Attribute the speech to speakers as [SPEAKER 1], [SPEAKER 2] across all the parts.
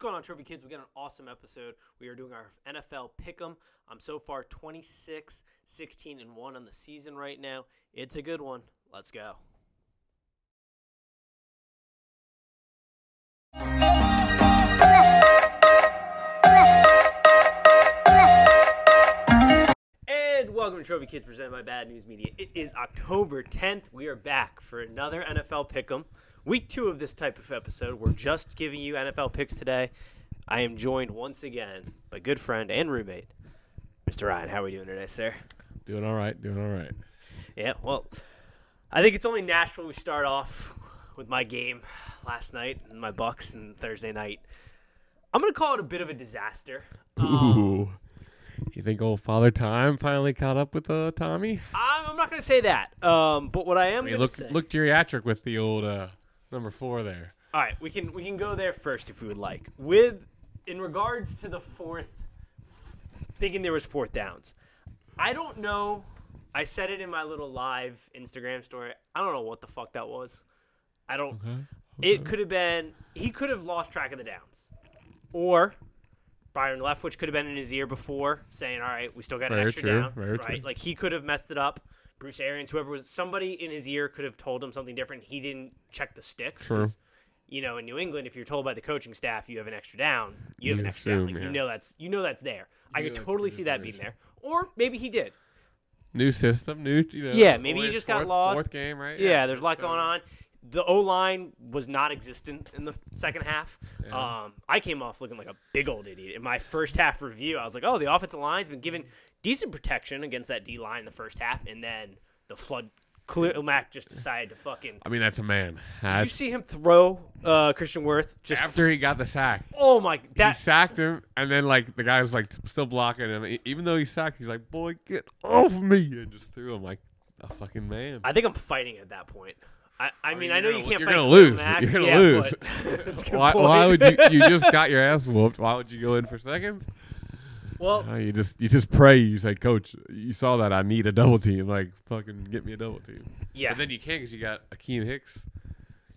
[SPEAKER 1] going on, Trophy Kids? We got an awesome episode. We are doing our NFL pick'em. I'm so far 26, 16, and one on the season right now. It's a good one. Let's go. And welcome to Trophy Kids presented by Bad News Media. It is October 10th. We are back for another NFL Pick'em. Week two of this type of episode. We're just giving you NFL picks today. I am joined once again by good friend and roommate, Mr. Ryan. How are we doing today, sir?
[SPEAKER 2] Doing all right. Doing all right.
[SPEAKER 1] Yeah, well, I think it's only natural we start off with my game last night and my Bucks and Thursday night. I'm gonna call it a bit of a disaster.
[SPEAKER 2] Ooh. You think old Father Time finally caught up with uh, Tommy?
[SPEAKER 1] I'm I'm not gonna say that, um, but what I am
[SPEAKER 2] He
[SPEAKER 1] gonna
[SPEAKER 2] looked
[SPEAKER 1] say.
[SPEAKER 2] looked geriatric with the old uh, number four there.
[SPEAKER 1] All right, we can we can go there first if we would like. With in regards to the fourth, thinking there was fourth downs. I don't know. I said it in my little live Instagram story. I don't know what the fuck that was. I don't. It could have been he could have lost track of the downs, or Byron Leftwich could have been in his ear before saying, "All right, we still got an
[SPEAKER 2] Very
[SPEAKER 1] extra
[SPEAKER 2] true,
[SPEAKER 1] down."
[SPEAKER 2] very
[SPEAKER 1] right?
[SPEAKER 2] true.
[SPEAKER 1] Like he could have messed it up. Bruce Arians, whoever was somebody in his ear, could have told him something different. He didn't check the sticks.
[SPEAKER 2] True.
[SPEAKER 1] 'cause, You know, in New England, if you're told by the coaching staff you have an extra down, you have
[SPEAKER 2] You
[SPEAKER 1] an extra down.
[SPEAKER 2] assume,
[SPEAKER 1] Like,
[SPEAKER 2] yeah.
[SPEAKER 1] You know that's you know that's there. I could
[SPEAKER 2] that's
[SPEAKER 1] totally
[SPEAKER 2] good
[SPEAKER 1] see that being there. Or maybe he did.
[SPEAKER 2] New system, new. You know,
[SPEAKER 1] Yeah, maybe he
[SPEAKER 2] always
[SPEAKER 1] just got
[SPEAKER 2] fourth-
[SPEAKER 1] lost.
[SPEAKER 2] Fourth game, right?
[SPEAKER 1] Yeah, there's a lot going on. The O line was not existent in the second half. Um, I came off looking like a big old idiot in my first half review. I was like, "Oh, the offensive line's been given decent protection against that D line in the first half, and then the flood clear Mac just decided to fucking."
[SPEAKER 2] I mean, that's a
[SPEAKER 1] Did
[SPEAKER 2] man.
[SPEAKER 1] you
[SPEAKER 2] That's-
[SPEAKER 1] see him throw uh, Christian Worth? Just
[SPEAKER 2] after he got the sack,
[SPEAKER 1] oh my
[SPEAKER 2] he
[SPEAKER 1] that
[SPEAKER 2] sacked him, and then like the guy was like still blocking him, E- even though he sacked. He's like, "Boy, get off me!" and just threw him like a fucking man.
[SPEAKER 1] I think I'm fighting at that point. I, I mean, I
[SPEAKER 2] you're
[SPEAKER 1] know
[SPEAKER 2] gonna-
[SPEAKER 1] you can't
[SPEAKER 2] you're
[SPEAKER 1] fight
[SPEAKER 2] gonna
[SPEAKER 1] Khalil
[SPEAKER 2] lose.
[SPEAKER 1] Mack.
[SPEAKER 2] You're gonna
[SPEAKER 1] Yeah,
[SPEAKER 2] lose.
[SPEAKER 1] but- That's a good
[SPEAKER 2] why, why
[SPEAKER 1] point.
[SPEAKER 2] would you? You just got your ass whooped. Why would you go in for seconds?
[SPEAKER 1] well,
[SPEAKER 2] No, you just you just pray. You say, Coach, you saw that I need a double team. Like fucking get me a double team.
[SPEAKER 1] Yeah.
[SPEAKER 2] But then you can't because you got Akeem Hicks.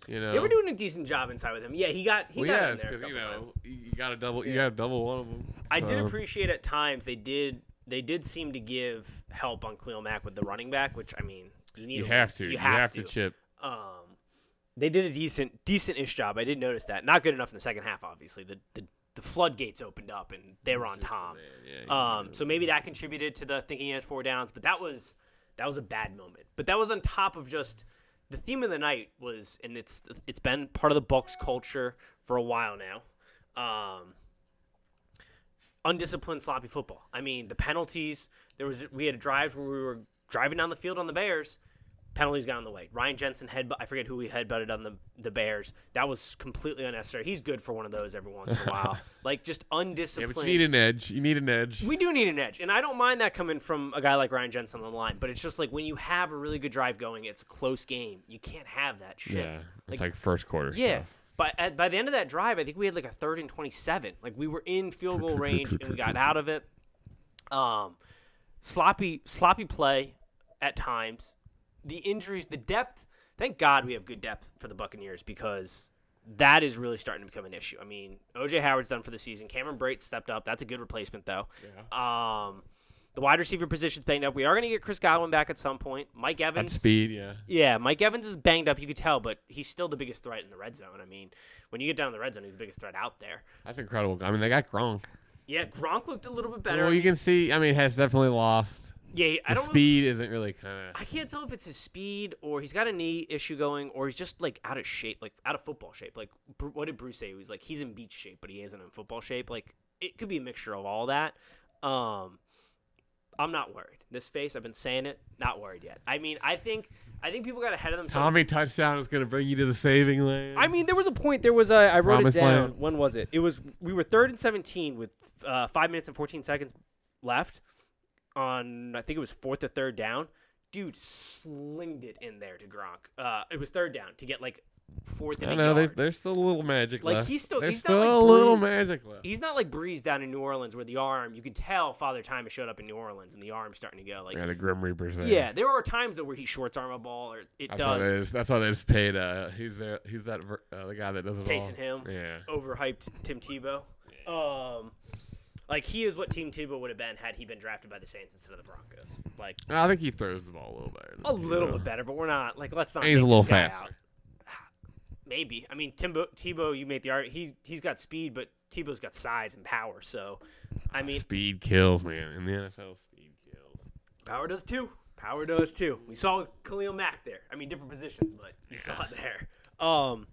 [SPEAKER 2] You know.
[SPEAKER 1] they were doing a decent job inside with him. Yeah, he got he
[SPEAKER 2] well,
[SPEAKER 1] got
[SPEAKER 2] yeah,
[SPEAKER 1] in there. a
[SPEAKER 2] because you
[SPEAKER 1] couple times.
[SPEAKER 2] know you you got a double. You got a double one of them.
[SPEAKER 1] I did
[SPEAKER 2] So,
[SPEAKER 1] appreciate at times they did they did seem to give help on Cleo Mack with the running back, which I mean you need
[SPEAKER 2] You
[SPEAKER 1] a-
[SPEAKER 2] have to. You, have, to. chip.
[SPEAKER 1] Um, they did a decent decent ish job. I did notice that. Not good enough in the second half, obviously. The the, the floodgates opened up and they were on Tom. Um, so maybe that contributed to the thinking he had four downs, but that was that was a bad moment. But that was on top of just the theme of the night was, and it's it's been part of the Bucks culture for a while now. Um, undisciplined, sloppy football. I mean, the penalties. There was we had a drive where we were driving down the field on the Bears. Penalties got in the way. Ryan Jensen headbutt. I forget who we headbutted on the the Bears. That was completely unnecessary. He's good for one of those every once in a while. like just
[SPEAKER 2] Yeah,
[SPEAKER 1] undisciplined.
[SPEAKER 2] but you need an edge. You need an edge.
[SPEAKER 1] We do need an edge, and I don't mind that coming from a guy like Ryan Jensen on the line. But it's just like when you have a really good drive going, it's a close game. You can't have that shit.
[SPEAKER 2] Yeah. It's like, first quarter.
[SPEAKER 1] yeah.
[SPEAKER 2] Stuff.
[SPEAKER 1] But at, by the end of that drive, I think we had like a third and twenty-seven. Like we were in field goal range, and we got out of it. Um, sloppy, sloppy play at times. The injuries, the depth. Thank God we have good depth for the Buccaneers because that is really starting to become an issue. I mean, OJ Howard's done for the season. Cameron Brate stepped up. That's a good replacement though. Um, the wide receiver position's banged up. We are going to get Chris Godwin back at some point. Mike
[SPEAKER 2] At
[SPEAKER 1] Evans,
[SPEAKER 2] speed. Yeah.
[SPEAKER 1] yeah, Mike Evans is banged up. You could tell, but he's still the biggest threat in the red zone. I mean, when you get down in the red zone, he's the biggest threat out there.
[SPEAKER 2] That's incredible. I mean, they got Gronk.
[SPEAKER 1] Yeah, Gronk looked a little bit better.
[SPEAKER 2] Well, you can see. I mean, has definitely lost.
[SPEAKER 1] yeah, I
[SPEAKER 2] The
[SPEAKER 1] don't.
[SPEAKER 2] speed isn't really kind of.
[SPEAKER 1] I can't tell if it's his speed or he's got a knee issue going or he's just like out of shape, like out of football shape. Like, Bru- what did Bruce say? He was like, he's in beach shape, but he isn't in football shape. Like, it could be a mixture of all that. Um, I'm not worried. This face, I've been saying it. Not worried yet. I mean, I think, I think people got ahead of themselves.
[SPEAKER 2] Tommy touchdown is going to bring you to the saving lane.
[SPEAKER 1] I mean, there was a point. There was a. I wrote
[SPEAKER 2] Promised
[SPEAKER 1] it down.
[SPEAKER 2] land.
[SPEAKER 1] When was it? It was we were third and seventeen with uh, five minutes and fourteen seconds left on. I think it was fourth or third down. Dude slinged it in there to Gronk. Uh, it was third down to get like fourth
[SPEAKER 2] I
[SPEAKER 1] inning
[SPEAKER 2] know there's,
[SPEAKER 1] yard.
[SPEAKER 2] there's still a little magic
[SPEAKER 1] Like,
[SPEAKER 2] left.
[SPEAKER 1] he's still-
[SPEAKER 2] there's
[SPEAKER 1] he's not,
[SPEAKER 2] still
[SPEAKER 1] like,
[SPEAKER 2] a little
[SPEAKER 1] blue-
[SPEAKER 2] magic left.
[SPEAKER 1] He's not like Breeze down in New Orleans where the arm you could tell Father Time has showed up in New Orleans and the arm's starting to go like
[SPEAKER 2] yeah, the Grim Reaper's there.
[SPEAKER 1] yeah. There are times though where he shorts arm a ball or it
[SPEAKER 2] that's how they
[SPEAKER 1] does
[SPEAKER 2] just, that's how they just paid. Uh, who's there? Who's that? ver- Uh, the guy that does it
[SPEAKER 1] Taysom
[SPEAKER 2] all.
[SPEAKER 1] Hill.
[SPEAKER 2] Yeah,
[SPEAKER 1] overhyped Tim Tebow. Um, like he is what Team Tebow would have been had he been drafted by the Saints instead of the Broncos. Like
[SPEAKER 2] I think he throws the ball a little better. than
[SPEAKER 1] a
[SPEAKER 2] Tebow.
[SPEAKER 1] little bit better, but we're not like let's not.
[SPEAKER 2] And he's
[SPEAKER 1] make
[SPEAKER 2] a little
[SPEAKER 1] this guy
[SPEAKER 2] faster.
[SPEAKER 1] out. Maybe I mean Timbo, Tebow. You make the art. He he's got speed, but Tebow's got size and power. So I mean,
[SPEAKER 2] speed kills, man. In the NFL, speed kills.
[SPEAKER 1] Power does too. Power does too. We saw with Khalil Mack there. I mean, different positions, but you saw it there. Um,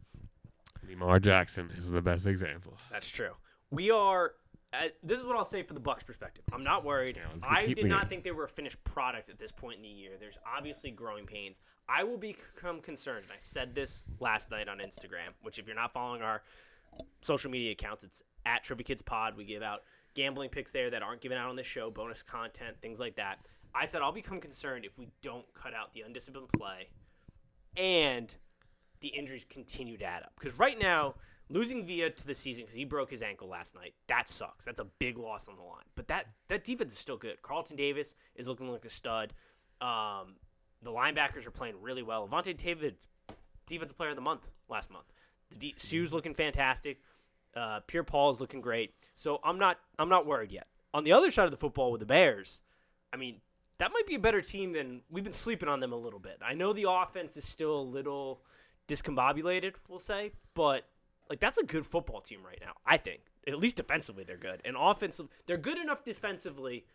[SPEAKER 2] Lamar Jackson is the best example.
[SPEAKER 1] that's true. We are. Uh, this is what I'll say for the Bucks' perspective. I'm not worried.
[SPEAKER 2] let's keep-
[SPEAKER 1] I
[SPEAKER 2] keep
[SPEAKER 1] did not
[SPEAKER 2] leaning.
[SPEAKER 1] think they were a finished product at this point in the year. There's obviously growing pains. I will become concerned. And I said this last night on Instagram, which if you're not following our social media accounts, it's at Trivia Kids Pod. We give out gambling picks there that aren't given out on the show, bonus content, things like that. I said I'll become concerned if we don't cut out the undisciplined play and the injuries continue to add up. Because right now, losing Villa to the season because he broke his ankle last night, that sucks. That's a big loss on the line. But that that defense is still good. Carlton Davis is looking like a stud. Um, the linebackers are playing really well. Avante David, defensive player of the month last month. The D- Sue's looking fantastic. Uh, Pierre Paul is looking great. So I'm not I'm not worried yet. On the other side of the football with the Bears, I mean, that might be a better team than we've been sleeping on them a little bit. I know the offense is still a little discombobulated, we'll say, but like that's a good football team right now. I think at least defensively they're good, and offensive they're good enough defensively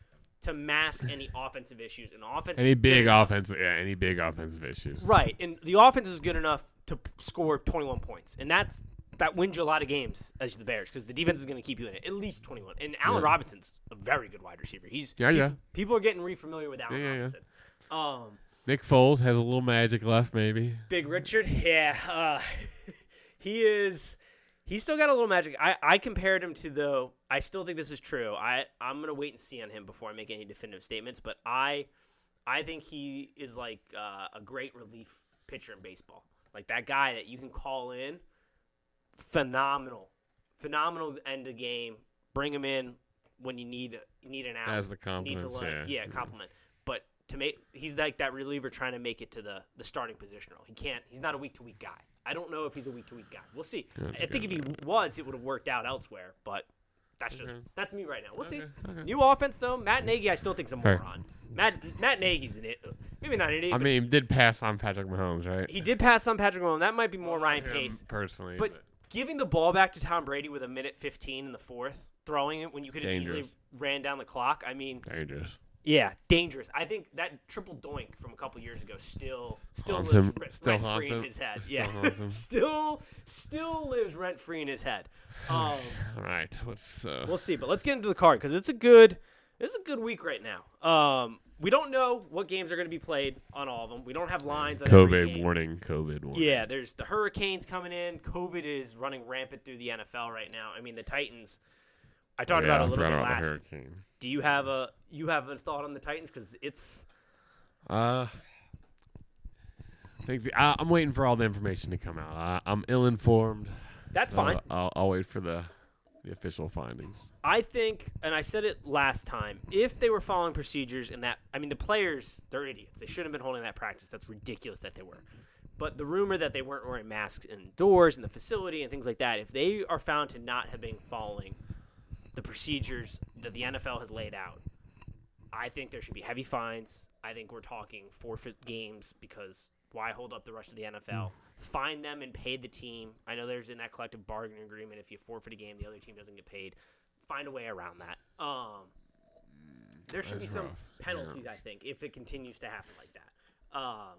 [SPEAKER 1] to mask any offensive issues. And offense
[SPEAKER 2] Any
[SPEAKER 1] is good
[SPEAKER 2] big
[SPEAKER 1] enough-
[SPEAKER 2] offensive, yeah, any big offensive issues.
[SPEAKER 1] Right, and the offense is good enough to p- score 21 points, and that's that wins you a lot of games as the Bears because the defense is going to keep you in it at least 21. And Allen Robinson's a very good wide receiver. He's
[SPEAKER 2] Yeah,
[SPEAKER 1] peop-
[SPEAKER 2] yeah.
[SPEAKER 1] People are getting re-familiar with Allen
[SPEAKER 2] Yeah, yeah, yeah.
[SPEAKER 1] Robinson. Um,
[SPEAKER 2] Nick Foles has a little magic left, maybe.
[SPEAKER 1] Big Richard, yeah, uh, he is. He's still got a little magic. I, I compared him to though. I still think this is true. I I'm gonna wait and see on him before I make any definitive statements. But I I think he is like uh, a great relief pitcher in baseball. Like that guy that you can call in, phenomenal, phenomenal end of game. Bring him in when you need you need an out.
[SPEAKER 2] As the
[SPEAKER 1] need to
[SPEAKER 2] confidence,
[SPEAKER 1] learn.
[SPEAKER 2] yeah.
[SPEAKER 1] Yeah, compliment. But to make he's like that reliever trying to make it to the the starting position role. He can't. He's not a week to week guy. I don't know if he's a week to week guy. We'll see. I think if he was, it would have worked out elsewhere. But that's just
[SPEAKER 2] Mm-hmm.
[SPEAKER 1] that's me right now. We'll see. New offense though. Matt Nagy, I still think's a
[SPEAKER 2] Fair.
[SPEAKER 1] moron. Matt Matt Nagy's an it. Maybe not an idiot.
[SPEAKER 2] I
[SPEAKER 1] but
[SPEAKER 2] mean, he did pass on Patrick Mahomes, right?
[SPEAKER 1] he did pass on Patrick Mahomes. That might be more Ryan
[SPEAKER 2] Him
[SPEAKER 1] Pace.
[SPEAKER 2] personally,
[SPEAKER 1] But giving the ball back to Tom Brady with a minute 15 in the fourth, throwing it when you could have easily
[SPEAKER 2] Dangerous.
[SPEAKER 1] ran down the clock. I mean,
[SPEAKER 2] but dangerous.
[SPEAKER 1] yeah, dangerous. I think that triple doink from a couple years ago still still
[SPEAKER 2] Haunts
[SPEAKER 1] lives
[SPEAKER 2] him.
[SPEAKER 1] rent,
[SPEAKER 2] Still
[SPEAKER 1] rent free
[SPEAKER 2] haunts
[SPEAKER 1] in
[SPEAKER 2] him.
[SPEAKER 1] his head.
[SPEAKER 2] Still
[SPEAKER 1] Yeah,
[SPEAKER 2] haunts him.
[SPEAKER 1] still still lives rent free in his head. Um,
[SPEAKER 2] All right, what's uh,
[SPEAKER 1] we'll see, but let's get into the card because it's a good it's a good week right now. Um, we don't know what games are going to be played on all of them. We don't have lines. On every
[SPEAKER 2] COVID
[SPEAKER 1] game.
[SPEAKER 2] warning? COVID warning.
[SPEAKER 1] Yeah, there's the hurricanes coming in. COVID is running rampant through the NFL right now. I mean, the Titans. I talked
[SPEAKER 2] Yeah,
[SPEAKER 1] about it
[SPEAKER 2] I
[SPEAKER 1] a little
[SPEAKER 2] forgot
[SPEAKER 1] bit
[SPEAKER 2] about the
[SPEAKER 1] last.
[SPEAKER 2] hurricane.
[SPEAKER 1] Do you have a you have a thought on the Titans? Because it's
[SPEAKER 2] Uh, I think the, I, I'm waiting for all the information to come out. I, I'm ill informed. Uh,
[SPEAKER 1] that's fine.
[SPEAKER 2] I'll, I'll wait for the the official findings.
[SPEAKER 1] I think, and I said it last time, if they were following procedures and that, I mean, the players, they're idiots. They shouldn't have been holding that practice. That's ridiculous that they were. But the rumor that they weren't wearing masks indoors in the facility and things like that, if they are found to not have been following the procedures that the NFL has laid out, I think there should be heavy fines. I think we're talking forfeit games because why hold up the rest of the
[SPEAKER 2] Hmm.
[SPEAKER 1] NFL? Fine them and pay the team. I know there's in that collective bargaining agreement if you forfeit a game, the other team doesn't get paid. Find a way around that. Um, there should be
[SPEAKER 2] That's
[SPEAKER 1] some
[SPEAKER 2] rough.
[SPEAKER 1] penalties, I think, if it continues to happen like that. Um,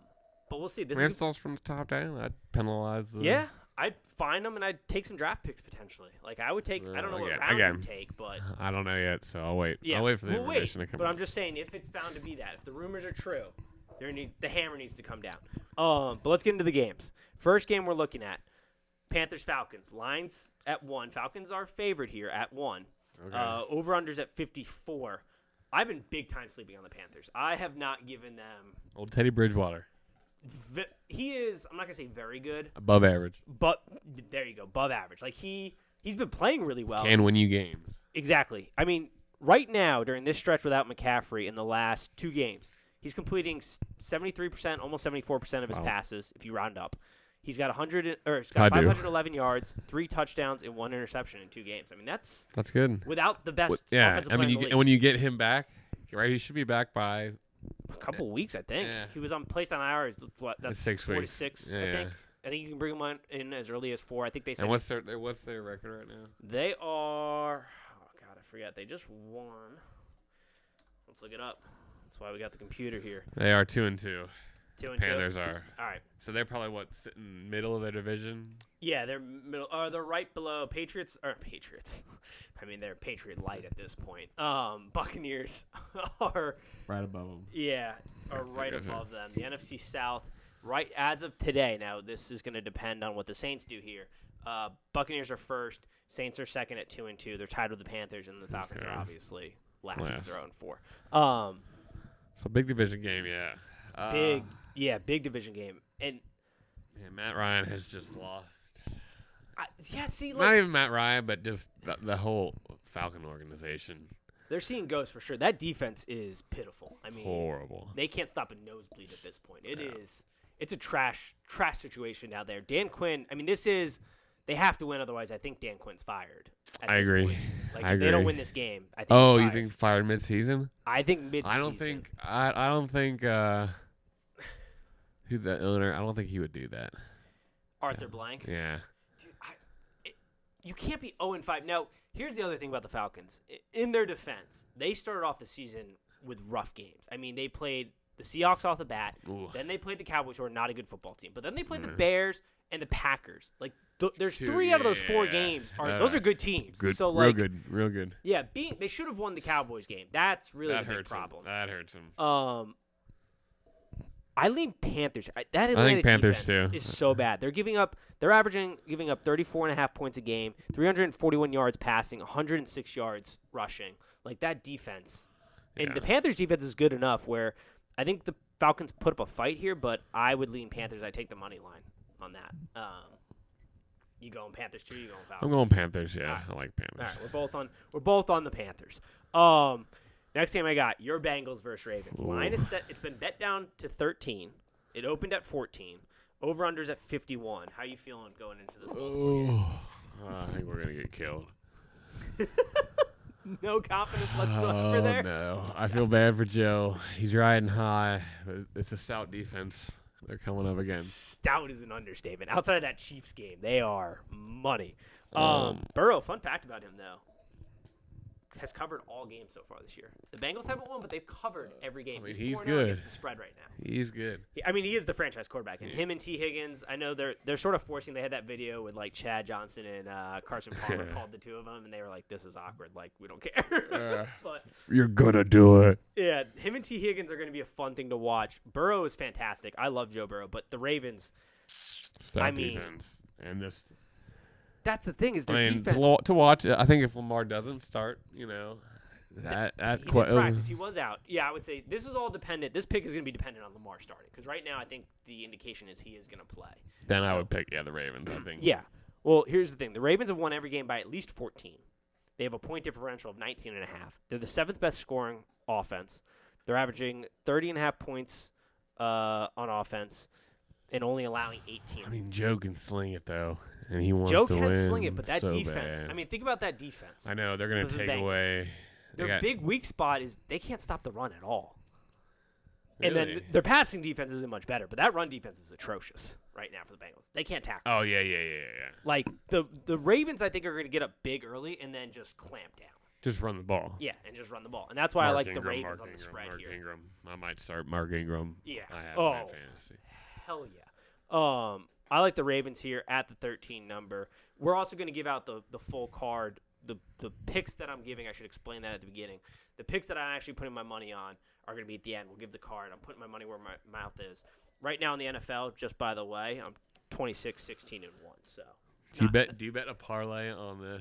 [SPEAKER 1] but we'll see. This
[SPEAKER 2] Man,
[SPEAKER 1] is
[SPEAKER 2] it's all from the top down. I'd penalize the
[SPEAKER 1] yeah, I'd find them and I'd take some draft picks potentially. Like I would take. I don't know
[SPEAKER 2] Well,
[SPEAKER 1] what
[SPEAKER 2] again-
[SPEAKER 1] round
[SPEAKER 2] again.
[SPEAKER 1] you take, but
[SPEAKER 2] I don't know yet, so I'll wait.
[SPEAKER 1] yeah,
[SPEAKER 2] I'll wait for the
[SPEAKER 1] we'll
[SPEAKER 2] information to come
[SPEAKER 1] But
[SPEAKER 2] out.
[SPEAKER 1] I'm just saying, if it's found to be that, if the rumors are true, there need the hammer needs to come down. Um, but let's get into the games. First game we're looking at: Panthers Falcons. Lines at one. Falcons are favored here at one. Uh, over unders at 54. I've been big time sleeping on the Panthers. I have not given them
[SPEAKER 2] Old Teddy Bridgewater.
[SPEAKER 1] ve- he is. I'm not gonna say very good,
[SPEAKER 2] Above average.
[SPEAKER 1] but there you go, above average. Like he he's been playing really well.
[SPEAKER 2] Can win you games.
[SPEAKER 1] Exactly. I mean, right now during this stretch without McCaffrey in the last two games, he's completing s- 73%, almost 74% of his
[SPEAKER 2] Wow.
[SPEAKER 1] passes if you round up. He's got 100 and- or he's got
[SPEAKER 2] I do.
[SPEAKER 1] 511 yards, three touchdowns and one interception in two games. I mean, that's
[SPEAKER 2] That's good.
[SPEAKER 1] without the best
[SPEAKER 2] yeah,
[SPEAKER 1] offensive
[SPEAKER 2] I mean,
[SPEAKER 1] player
[SPEAKER 2] you
[SPEAKER 1] in the
[SPEAKER 2] get,
[SPEAKER 1] league.
[SPEAKER 2] when you get him back, right? He should be back by
[SPEAKER 1] a couple weeks, I think.
[SPEAKER 2] Yeah.
[SPEAKER 1] He was on placed on IR is what that's
[SPEAKER 2] six
[SPEAKER 1] 4
[SPEAKER 2] weeks.
[SPEAKER 1] to 6, I
[SPEAKER 2] Yeah.
[SPEAKER 1] think. I think you can bring him on in as early as 4. I think they said
[SPEAKER 2] And what's their what's their record right now?
[SPEAKER 1] They are. Oh God, I forget. They just won. Let's look it up. That's why we got the computer here.
[SPEAKER 2] They are two and two.
[SPEAKER 1] Two and
[SPEAKER 2] Panthers are.
[SPEAKER 1] two. All right.
[SPEAKER 2] So they're probably what sitting middle of their division.
[SPEAKER 1] Yeah, they're middle. Are they're right below Patriots or Patriots? I mean, they're Patriot light at this point. Um, Buccaneers are
[SPEAKER 2] Right above them.
[SPEAKER 1] yeah are
[SPEAKER 2] Yeah,
[SPEAKER 1] right
[SPEAKER 2] gotcha.
[SPEAKER 1] above them. The NFC South, right as of today. Now this is going to depend on what the Saints do here. Uh, Buccaneers are first. Saints are second at two and two. They're tied with the Panthers and the Falcons are
[SPEAKER 2] Okay.
[SPEAKER 1] obviously last. 'cause
[SPEAKER 2] Last.
[SPEAKER 1] They're zero and four. Um,
[SPEAKER 2] So big division game, yeah. Uh,
[SPEAKER 1] big yeah big division game and
[SPEAKER 2] man, Matt Ryan has just lost.
[SPEAKER 1] I, yeah see
[SPEAKER 2] Not
[SPEAKER 1] like
[SPEAKER 2] even Matt Ryan, but just the, the whole Falcon organization.
[SPEAKER 1] they're seeing ghosts for sure that defense is pitiful i mean
[SPEAKER 2] Horrible.
[SPEAKER 1] they can't stop a nosebleed at this point It is, it's a trash trash situation out there dan quinn i mean this is they have to win otherwise i think dan quinn's fired at
[SPEAKER 2] I
[SPEAKER 1] this
[SPEAKER 2] agree.
[SPEAKER 1] point. like
[SPEAKER 2] I
[SPEAKER 1] if they don't
[SPEAKER 2] agree.
[SPEAKER 1] win this game i think he's
[SPEAKER 2] Oh, you
[SPEAKER 1] fired.
[SPEAKER 2] think fired midseason?
[SPEAKER 1] i think mid
[SPEAKER 2] I don't think I I don't think uh who the owner I don't think he would do that.
[SPEAKER 1] arthur blank
[SPEAKER 2] Yeah.
[SPEAKER 1] Dude, I, it, you can't be 0 and 5. Now, here's the other thing about the Falcons. I- In their defense, they started off the season with rough games. I mean, they played the Seahawks off the bat.
[SPEAKER 2] Ooh. Mm.
[SPEAKER 1] Then they played the Cowboys, who are not a good football team. But then they played the Bears and the Packers. Like, th- there's
[SPEAKER 2] Dude,
[SPEAKER 1] three out of those four
[SPEAKER 2] yeah.
[SPEAKER 1] games. Are,
[SPEAKER 2] Uh,
[SPEAKER 1] those are good teams.
[SPEAKER 2] Good.
[SPEAKER 1] So,
[SPEAKER 2] real
[SPEAKER 1] like,
[SPEAKER 2] good. Real good.
[SPEAKER 1] yeah, being they should have won the Cowboys game. That's really
[SPEAKER 2] That
[SPEAKER 1] the big
[SPEAKER 2] hurts
[SPEAKER 1] problem.
[SPEAKER 2] him. That hurts him.
[SPEAKER 1] Um, I lean Panthers. I- That Atlanta
[SPEAKER 2] Panthers,
[SPEAKER 1] defense
[SPEAKER 2] too.
[SPEAKER 1] is so bad. They're giving up. They're averaging giving up 34 and a half points a game, 341 yards passing, 106 yards rushing. Like that defense, and
[SPEAKER 2] Yeah.
[SPEAKER 1] the Panthers defense is good enough where I think the Falcons put up a fight here, but I would lean Panthers. I take the money line on that. Um, you going Panthers too? You going Falcons?
[SPEAKER 2] I'm going Panthers. Yeah, I like
[SPEAKER 1] All
[SPEAKER 2] Panthers.
[SPEAKER 1] right, we're both on we're both on the Panthers. Um, next game I got your Bengals versus Ravens. Line is set. It's been bet down to thirteen. It opened at fourteen. Over unders at fifty one. How you feeling going into this? Bowl?
[SPEAKER 2] Oh, I think we're gonna get killed.
[SPEAKER 1] No confidence
[SPEAKER 2] Oh
[SPEAKER 1] whatsoever there.
[SPEAKER 2] no, I feel bad for Joe. He's riding high, but it's a stout defense. They're coming up again.
[SPEAKER 1] Stout is an understatement. Outside of that Chiefs game, they are money. Um, Burrow. Fun fact about him though. Has covered all games so far this year. The Bengals haven't won, but they've covered every game.
[SPEAKER 2] mean,
[SPEAKER 1] he's
[SPEAKER 2] he's
[SPEAKER 1] 4 0 against
[SPEAKER 2] good.
[SPEAKER 1] the spread right now.
[SPEAKER 2] He's good.
[SPEAKER 1] Yeah, I mean, he is the franchise quarterback, and him and T. Higgins. I know they're they're sort of forcing. They had that video with like Chad Johnson and uh, Carson Palmer called the two of them, and they were like, "This is awkward. Like, we don't
[SPEAKER 2] Uh.
[SPEAKER 1] care." but
[SPEAKER 2] You're gonna do it.
[SPEAKER 1] yeah, him and T. Higgins are going to be a fun thing to watch. Burrow is fantastic. I love Joe Burrow, but the Ravens.
[SPEAKER 2] Stout
[SPEAKER 1] I mean-
[SPEAKER 2] defense and this.
[SPEAKER 1] That's the thing is their
[SPEAKER 2] I mean,
[SPEAKER 1] defense.
[SPEAKER 2] to, lo- to watch. I think if Lamar doesn't start, you know, that that
[SPEAKER 1] he
[SPEAKER 2] quite. uh, oh,
[SPEAKER 1] did practice. He was out. Yeah, I would say this is all dependent. This pick is going to be dependent on Lamar starting because right now I think the indication is he is going to play.
[SPEAKER 2] Then I would pick yeah the Ravens. I think.
[SPEAKER 1] Yeah. Well, here's the thing. The Ravens have won every game by at least 14. They have a point differential of 19 and a half. They're the seventh best scoring offense. They're averaging 30 and a half points uh, on offense and only allowing 18.
[SPEAKER 2] I mean, Joe can sling it though, and he wants
[SPEAKER 1] Joe
[SPEAKER 2] to
[SPEAKER 1] can
[SPEAKER 2] win
[SPEAKER 1] sling it, but that
[SPEAKER 2] so
[SPEAKER 1] defense.
[SPEAKER 2] bad.
[SPEAKER 1] I mean, think about that defense.
[SPEAKER 2] I know they're gonna
[SPEAKER 1] Those are the
[SPEAKER 2] take
[SPEAKER 1] Bengals.
[SPEAKER 2] away. they
[SPEAKER 1] Their
[SPEAKER 2] got-
[SPEAKER 1] big weak spot is they can't stop the run at all. And then
[SPEAKER 2] Really?
[SPEAKER 1] th- their passing defense isn't much better, but that run defense is atrocious right now for the Bengals. They can't tackle.
[SPEAKER 2] Oh yeah, yeah, yeah, yeah, yeah.
[SPEAKER 1] Like the the Ravens, I think are going to get up big early and then just clamp down.
[SPEAKER 2] Just run the ball.
[SPEAKER 1] Yeah, and just run the ball, and that's why
[SPEAKER 2] Mark
[SPEAKER 1] I like the
[SPEAKER 2] Ingram,
[SPEAKER 1] Ravens
[SPEAKER 2] Mark
[SPEAKER 1] on the
[SPEAKER 2] Ingram,
[SPEAKER 1] spread
[SPEAKER 2] Mark
[SPEAKER 1] here.
[SPEAKER 2] Ingram. I might start Mark Ingram.
[SPEAKER 1] Yeah.
[SPEAKER 2] I have
[SPEAKER 1] Oh.
[SPEAKER 2] him in fantasy.
[SPEAKER 1] Hell yeah. Um, I like the Ravens here at the 13 number. We're also going to give out the the full card, the the picks that I'm giving. I should explain that at the beginning. The picks that I'm actually putting my money on are going to be at the end. We'll give the card. I'm putting my money where my mouth is. Right now in the NFL, just by the way, I'm 26, 16, and one. So
[SPEAKER 2] Do you bet? Do you bet a parlay on the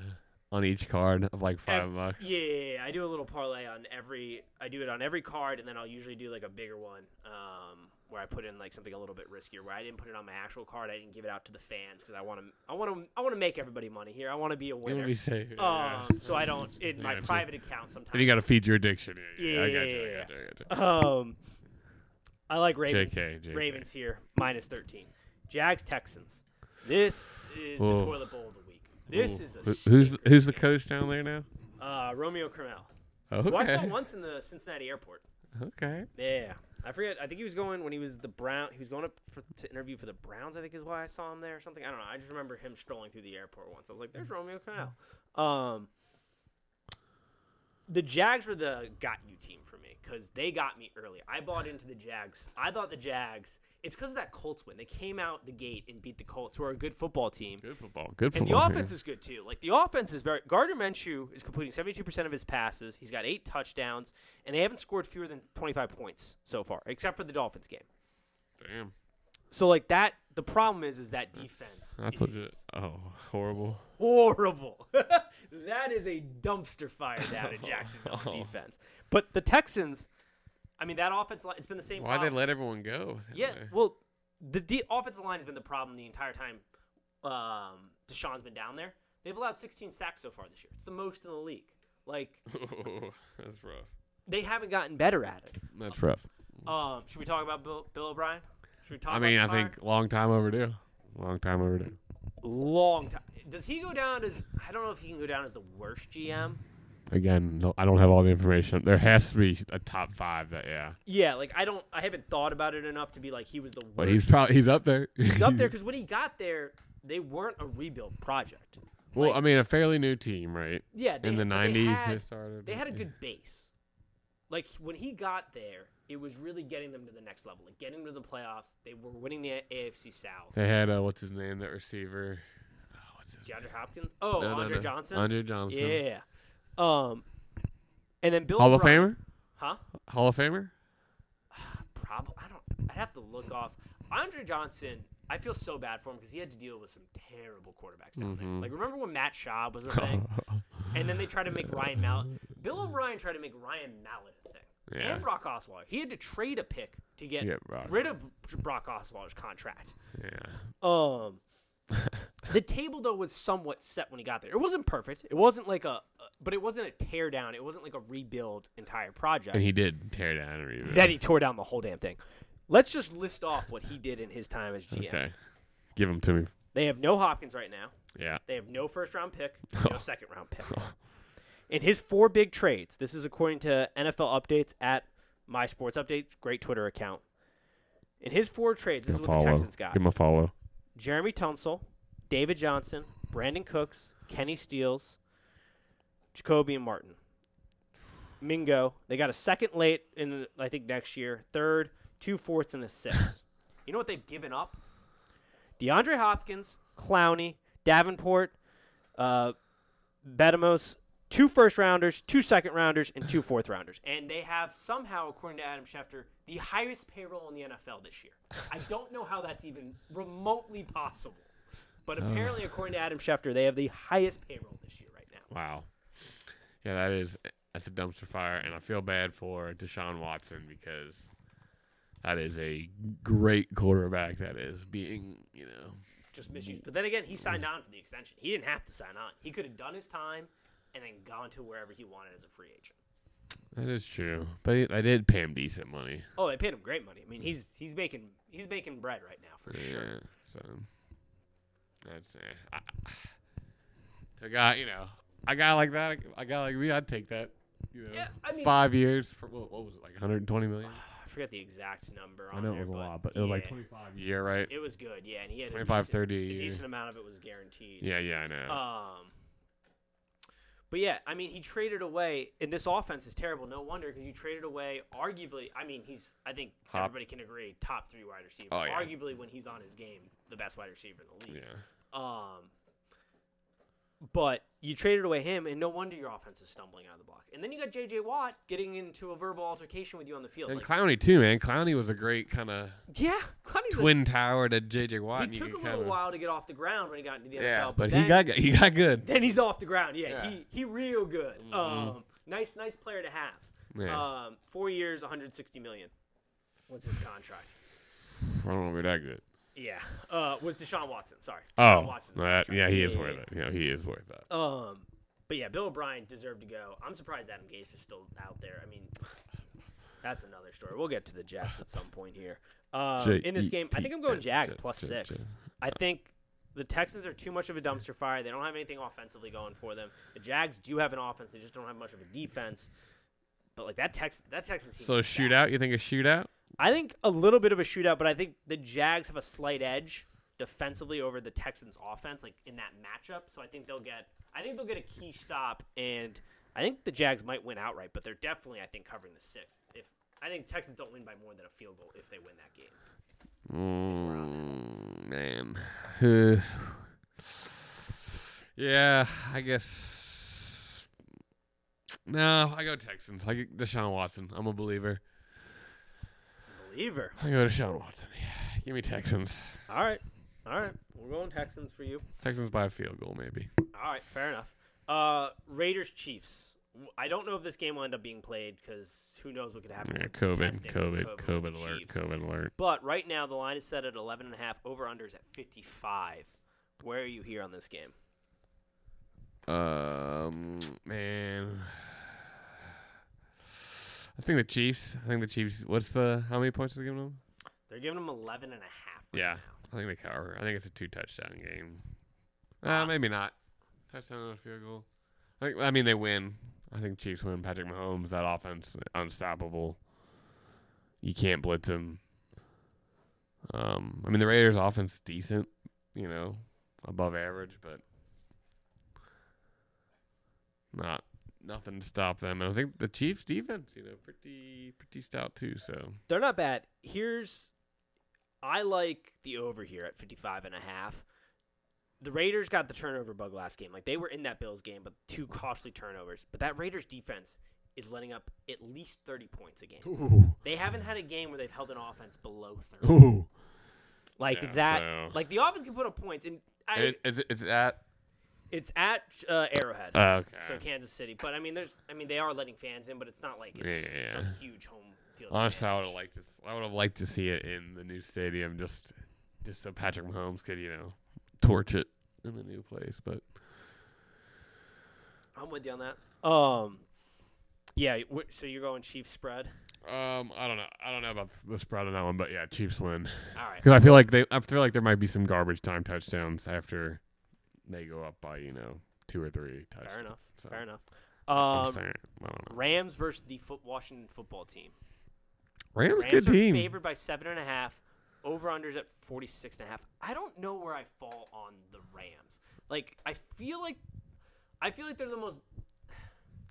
[SPEAKER 2] on each card of like five
[SPEAKER 1] Ev-
[SPEAKER 2] bucks.
[SPEAKER 1] Yeah, yeah, yeah, I do a little parlay on every. I do it on every card, and then I'll usually do like a bigger one, um, where I put in like something a little bit riskier, where I didn't put it on my actual card. I didn't give it out to the fans because I want to. I want to. I want to make everybody money here. I want to be a
[SPEAKER 2] You wanna
[SPEAKER 1] winner.
[SPEAKER 2] be safe. yeah, yeah.
[SPEAKER 1] Um, so I don't in my
[SPEAKER 2] gotcha.
[SPEAKER 1] private account
[SPEAKER 2] Then you
[SPEAKER 1] sometimes.
[SPEAKER 2] got to feed your addiction. Yeah, yeah, yeah, I got you. I
[SPEAKER 1] Yeah.
[SPEAKER 2] got you. I got you.
[SPEAKER 1] Um, I like Ravens.
[SPEAKER 2] JK, JK.
[SPEAKER 1] Ravens here minus thirteen. Jags Texans. This is the
[SPEAKER 2] Ooh.
[SPEAKER 1] toilet bowl of the week. This
[SPEAKER 2] Oh. Ooh.
[SPEAKER 1] is a
[SPEAKER 2] Who-
[SPEAKER 1] st-
[SPEAKER 2] who's the- who's the coach down there now?
[SPEAKER 1] uh, Romeo Crennel.
[SPEAKER 2] Okay.
[SPEAKER 1] Who I saw once in the Cincinnati airport.
[SPEAKER 2] Okay.
[SPEAKER 1] Yeah, I forget. I think he was going when he was the Brown. He was going up for, to interview for the Browns. I think is why I saw him there or something. I don't know. I just remember him strolling through the airport once. I was like, "There's Romeo Cornell." Um, the Jags were the got you team for me because they got me early. I bought into the Jags. I thought the Jags. It's because of that Colts win. They came out the gate and beat the Colts, who are a good football team.
[SPEAKER 2] Good football. Good
[SPEAKER 1] And
[SPEAKER 2] football.
[SPEAKER 1] the offense is good too. Like the offense is very. Gardner Minshew is completing seventy-two percent of his passes. He's got eight touchdowns, and they haven't scored fewer than twenty-five points so far, except for the Dolphins game.
[SPEAKER 2] Damn.
[SPEAKER 1] So like that, the problem is, is that defense
[SPEAKER 2] That's
[SPEAKER 1] is
[SPEAKER 2] legit. Oh, horrible.
[SPEAKER 1] horrible. that is a dumpster fire down in Jacksonville defense. But the Texans, I mean, that offense line, it's been the same.
[SPEAKER 2] Why they
[SPEAKER 1] problem.
[SPEAKER 2] let everyone go? down
[SPEAKER 1] Yeah,
[SPEAKER 2] there?
[SPEAKER 1] well, the de- offensive line has been the problem the entire time um, Deshaun's been down there. They've allowed 16 sacks so far this year. It's the most in the league. Like
[SPEAKER 2] that's rough.
[SPEAKER 1] they haven't gotten better at it.
[SPEAKER 2] That's rough.
[SPEAKER 1] Um, should we talk about Bill, Bill O'Brien? Should we talk?
[SPEAKER 2] I mean, I
[SPEAKER 1] about the fire?
[SPEAKER 2] think long time overdue. Long time overdue.
[SPEAKER 1] long time. Does he go down as? I don't know if he can go down as the worst GM.
[SPEAKER 2] Again, no, I don't have all the information. There has to be a top five. That yeah,
[SPEAKER 1] Yeah, like I don't. I haven't thought about it enough to be like he was the worst.
[SPEAKER 2] but he's probably he's up there.
[SPEAKER 1] He's up there because when he got there, they weren't a rebuild project.
[SPEAKER 2] well,
[SPEAKER 1] like-
[SPEAKER 2] I mean, a fairly new team, right?
[SPEAKER 1] Yeah, they,
[SPEAKER 2] In the
[SPEAKER 1] but they
[SPEAKER 2] nineties, they,
[SPEAKER 1] had-
[SPEAKER 2] started.
[SPEAKER 1] they had a good base. Like when he got there, it was really getting them to the next level, like getting to the playoffs. They were winning the AFC South.
[SPEAKER 2] They had uh, what's his name? That receiver. Oh, what's his
[SPEAKER 1] DeAndre Hopkins. Oh,
[SPEAKER 2] No, no,
[SPEAKER 1] Andre
[SPEAKER 2] no.
[SPEAKER 1] Johnson.
[SPEAKER 2] Andre Johnson.
[SPEAKER 1] Yeah. Um, and then Bill
[SPEAKER 2] Hall of
[SPEAKER 1] O'Brien-
[SPEAKER 2] Famer.
[SPEAKER 1] huh?
[SPEAKER 2] Hall of Famer.
[SPEAKER 1] Probably. I don't. I'd have to look off Andre Johnson. I feel so bad for him because he had to deal with some terrible quarterbacks down
[SPEAKER 2] Mm-hmm.
[SPEAKER 1] there. Like remember when Matt Schaub was a thing, and then they tried to make Ryan Mallett. Bill O'Brien tried to make Ryan Mallett a thing.
[SPEAKER 2] Yeah.
[SPEAKER 1] And Brock Osweiler. He had to trade a pick to get
[SPEAKER 2] Yeah, Brock.
[SPEAKER 1] rid of Brock Osweiler's contract.
[SPEAKER 2] Yeah.
[SPEAKER 1] Um, the table though was somewhat set when he got there. It wasn't perfect. It wasn't like a, but it wasn't a tear down. It wasn't like a rebuild entire project.
[SPEAKER 2] And he did tear down and rebuild.
[SPEAKER 1] That he tore down the whole damn thing. Let's just list off what he did in his time as GM.
[SPEAKER 2] Okay. Give him to me.
[SPEAKER 1] They have no Hopkins right now.
[SPEAKER 2] Yeah.
[SPEAKER 1] They have no first round pick, no second round pick. In his four big trades, this is according to NFL updates at my sports updates, great Twitter account. In his four trades, this is what the
[SPEAKER 2] follow.
[SPEAKER 1] Texans got.
[SPEAKER 2] Give him a follow.
[SPEAKER 1] Jeremy Tunsil, David Johnson, Brandon Cooks, Kenny Steeles, Jacoby and Martin. Mingo. They got a second late in I think next year, third, two fourths, and a sixth. you know what they've given up? DeAndre Hopkins, Clowney, Davenport, uh, Bedamos, two first rounders, two second rounders, and two fourth rounders. And they have somehow, according to Adam Schefter, the highest payroll in the NFL this year. I don't know how that's even remotely possible. But
[SPEAKER 2] Oh.
[SPEAKER 1] apparently, according to Adam Schefter, they have the highest payroll this year right now.
[SPEAKER 2] Wow. Yeah, that is that's a dumpster fire, and I feel bad for Deshaun Watson because that is a great quarterback. That is being, you know,
[SPEAKER 1] Just misused. But then again, he signed on for the extension. He didn't have to sign on. He could have done his time and then gone to wherever he wanted as a free agent.
[SPEAKER 2] that is true. But he- they did pay him decent money.
[SPEAKER 1] Oh, they paid him great money. I mean, he's he's making he's making bread right now for sure.
[SPEAKER 2] Yeah. So that's eh, I, to a guy, you know, a guy like that, a guy like me, I'd take that. You know,
[SPEAKER 1] Yeah, I mean-
[SPEAKER 2] five years for what, what was it like 120 million?
[SPEAKER 1] I forget the exact number. On
[SPEAKER 2] I know
[SPEAKER 1] there,
[SPEAKER 2] it was a lot, but it was like
[SPEAKER 1] yeah.
[SPEAKER 2] 25 a year, right?
[SPEAKER 1] It was good, yeah, and he had a
[SPEAKER 2] 25,
[SPEAKER 1] decent-
[SPEAKER 2] 30 a
[SPEAKER 1] A
[SPEAKER 2] year.
[SPEAKER 1] decent amount of it was guaranteed.
[SPEAKER 2] Yeah, yeah, I know.
[SPEAKER 1] Um, but yeah, I mean, he traded away, and this offense is terrible. No wonder, because you traded away, arguably. I mean, he's. I think
[SPEAKER 2] Hop.
[SPEAKER 1] everybody can agree, top three wide receiver.
[SPEAKER 2] Oh, yeah.
[SPEAKER 1] Arguably, when he's on his game, the best wide receiver in the league.
[SPEAKER 2] yeah.
[SPEAKER 1] Um, But you traded away him, and no wonder your offense is stumbling out of the block. And then you got J.J. Watt getting into a verbal altercation with you on the field.
[SPEAKER 2] And
[SPEAKER 1] Like,
[SPEAKER 2] Clowney too, man. Clowney was a great kind of
[SPEAKER 1] yeah, Clowney's a-
[SPEAKER 2] twin tower to J.J. Watt. and
[SPEAKER 1] He
[SPEAKER 2] you
[SPEAKER 1] took a
[SPEAKER 2] could
[SPEAKER 1] little
[SPEAKER 2] kinda-
[SPEAKER 1] while to get off the ground when he got into the NFL.
[SPEAKER 2] Yeah,
[SPEAKER 1] but,
[SPEAKER 2] but
[SPEAKER 1] then,
[SPEAKER 2] he got he got good.
[SPEAKER 1] then he's off the ground. Yeah,
[SPEAKER 2] Yeah. Mm-hmm.
[SPEAKER 1] he he real good. Um, nice nice player to have.
[SPEAKER 2] Yeah.
[SPEAKER 1] Um, four years, 160 million was his contract.
[SPEAKER 2] I don't know if we're that good.
[SPEAKER 1] Yeah, uh, was Deshaun Watson. Sorry, Deshaun
[SPEAKER 2] Oh,
[SPEAKER 1] Watson's
[SPEAKER 2] that-
[SPEAKER 1] contract.
[SPEAKER 2] yeah, he is worth it. Yeah, he is worth that.
[SPEAKER 1] Um, but yeah, Bill O'Brien deserved to go. I'm surprised Adam Gase is still out there. I mean, that's another story. We'll get to the Jets at some point here. Um,
[SPEAKER 2] J-
[SPEAKER 1] in this
[SPEAKER 2] E-
[SPEAKER 1] game, I
[SPEAKER 2] T- E
[SPEAKER 1] think I'm going
[SPEAKER 2] Jets,
[SPEAKER 1] Jags
[SPEAKER 2] Jets,
[SPEAKER 1] plus
[SPEAKER 2] Jets,
[SPEAKER 1] six.
[SPEAKER 2] Jets.
[SPEAKER 1] I think the Texans are too much of a dumpster fire. They don't have anything offensively going for them. The Jags do have an offense. They just don't have much of a defense. But like that Tex that Texans team.
[SPEAKER 2] So a
[SPEAKER 1] is stacked.
[SPEAKER 2] shootout? You think a shootout?
[SPEAKER 1] I think a little bit of a shootout, but I think the Jags have a slight edge defensively over the Texans offense, like in that matchup. So I think they'll get I think they'll get a key stop and I think the Jags might win outright, but they're definitely I think covering the six. If I think Texans don't win by more than a field goal if they win that game.
[SPEAKER 2] Mm, man. Uh, yeah, I guess. No, I go Texans. I get Deshaun Watson. I'm a believer.
[SPEAKER 1] Believer.
[SPEAKER 2] I go Deshaun Watson. Yeah, give me Texans.
[SPEAKER 1] All right. All right. We're going Texans for you.
[SPEAKER 2] Texans by a field goal, maybe.
[SPEAKER 1] All right, fair enough. Uh, Raiders Chiefs. W- I don't know if this game will end up being played because who knows what could happen.
[SPEAKER 2] Yeah,
[SPEAKER 1] with
[SPEAKER 2] COVID,
[SPEAKER 1] testing,
[SPEAKER 2] COVID, COVID,
[SPEAKER 1] with the
[SPEAKER 2] alert,
[SPEAKER 1] Chiefs.
[SPEAKER 2] COVID alert.
[SPEAKER 1] But right now, the line is set at 11.5. Over under is at 55. Where are you here on this game?
[SPEAKER 2] Um, man. I think the Chiefs. I think the Chiefs. What's the how many points are they giving them?
[SPEAKER 1] They're giving them 11.5 right
[SPEAKER 2] Yeah.
[SPEAKER 1] now.
[SPEAKER 2] I think they cover. I think it's a two touchdown game. Uh, maybe not. Touchdown and a field goal. I, think, I mean, they win. I think Chiefs win. Patrick Mahomes, that offense, unstoppable. You can't blitz him. Um, I mean, the Raiders' offense decent, you know, above average, but not nothing to stop them. And I think the Chiefs' defense, you know, pretty pretty stout too. So
[SPEAKER 1] They're not bad. Here's. I like the over here at 55.5. The Raiders got the turnover bug last game. Like, they were in that Bills game, but two costly turnovers. But that Raiders defense is letting up at least 30 points a game.
[SPEAKER 2] ooh
[SPEAKER 1] They haven't had a game where they've held an offense below 30.
[SPEAKER 2] ooh.
[SPEAKER 1] Like,
[SPEAKER 2] Yeah,
[SPEAKER 1] that.
[SPEAKER 2] so-
[SPEAKER 1] Like, the offense can put up points. And I,
[SPEAKER 2] It, it's it's at
[SPEAKER 1] It's at uh, Arrowhead,
[SPEAKER 2] Okay.
[SPEAKER 1] so Kansas City. But I mean, there's, I mean, they are letting fans in, but it's not like it's
[SPEAKER 2] Yeah, yeah,
[SPEAKER 1] some
[SPEAKER 2] yeah.
[SPEAKER 1] huge home field.
[SPEAKER 2] Honestly, I would have
[SPEAKER 1] advantage.
[SPEAKER 2] liked to. I would have liked to see it in the new stadium, just just so Patrick Mahomes could, you know, torch it in the new place. But
[SPEAKER 1] I'm with you on that. Um, yeah. wh- So you're going Chiefs spread.
[SPEAKER 2] um, I don't know. I don't know about the spread on that one, but yeah, Chiefs win
[SPEAKER 1] All right.
[SPEAKER 2] because I feel like they. I feel like there might be some garbage time touchdowns after they go up by you know two or three touchdowns.
[SPEAKER 1] Fair enough.
[SPEAKER 2] So,
[SPEAKER 1] Fair enough.
[SPEAKER 2] I'm
[SPEAKER 1] Um,
[SPEAKER 2] saying, I don't know.
[SPEAKER 1] Rams versus the foot Washington football team.
[SPEAKER 2] Rams,
[SPEAKER 1] Rams
[SPEAKER 2] good
[SPEAKER 1] are
[SPEAKER 2] team.
[SPEAKER 1] favored by seven and a half. Over unders at forty six and a half. I don't know where I fall on the Rams. Like I feel like, I feel like they're the most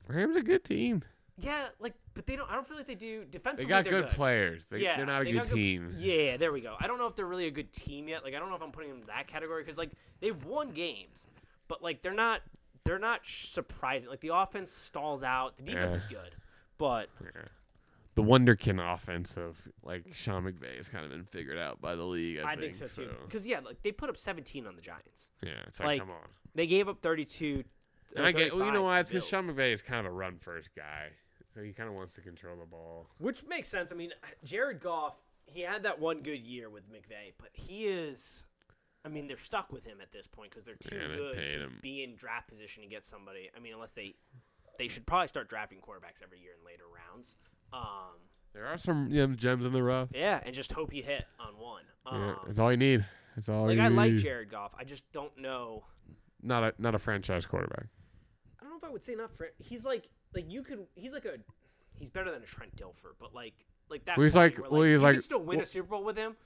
[SPEAKER 2] Rams a good team.
[SPEAKER 1] Yeah, like, but they don't. I don't feel like they do
[SPEAKER 2] They
[SPEAKER 1] defensively.
[SPEAKER 2] got
[SPEAKER 1] they're
[SPEAKER 2] good, players. They,
[SPEAKER 1] yeah,
[SPEAKER 2] they're not a
[SPEAKER 1] they
[SPEAKER 2] good
[SPEAKER 1] got
[SPEAKER 2] team.
[SPEAKER 1] Yeah, there we go. I don't know if they're really a good team yet. Like, I don't know if I'm putting them in that category because like they've won games, but like they're not. They're not sh- surprising. Like the offense stalls out. The defense
[SPEAKER 2] Yeah.
[SPEAKER 1] is good, but
[SPEAKER 2] Yeah. The wonderkin offense of like Sean McVay has kind of been figured out by the league. I,
[SPEAKER 1] I think so too. Because yeah, like they put up 17 on the Giants.
[SPEAKER 2] Yeah, it's like,
[SPEAKER 1] like,
[SPEAKER 2] come on.
[SPEAKER 1] They gave up 32. uh,
[SPEAKER 2] And I get, well,
[SPEAKER 1] 35
[SPEAKER 2] you know why?
[SPEAKER 1] to
[SPEAKER 2] It's because
[SPEAKER 1] Bills.
[SPEAKER 2] Sean McVay is kind of a run first guy, so he kind of wants to control the ball.
[SPEAKER 1] Which makes sense. I mean, Jared Goff, he had that one good year with McVay, but he is. I mean, they're stuck with him at this point because they're too
[SPEAKER 2] Yeah, they
[SPEAKER 1] good
[SPEAKER 2] paid
[SPEAKER 1] to
[SPEAKER 2] him.
[SPEAKER 1] be in draft position to get somebody. I mean, unless they, they should probably start drafting quarterbacks every year in later rounds. Um,
[SPEAKER 2] There are some you know, gems in the rough.
[SPEAKER 1] yeah, and just hope you hit on one.
[SPEAKER 2] yeah,
[SPEAKER 1] Um,
[SPEAKER 2] it's all you need. It's all
[SPEAKER 1] like
[SPEAKER 2] you
[SPEAKER 1] I like
[SPEAKER 2] need.
[SPEAKER 1] Jared Goff, I just don't know.
[SPEAKER 2] Not a not a franchise quarterback.
[SPEAKER 1] I don't know if I would say not for. He's like like you could. He's like a. He's better than a Trent Dilfer, but like like that.
[SPEAKER 2] Well, he's
[SPEAKER 1] point where,
[SPEAKER 2] like- well, he's
[SPEAKER 1] you
[SPEAKER 2] like-
[SPEAKER 1] could still win
[SPEAKER 2] well-
[SPEAKER 1] a Super Bowl with him.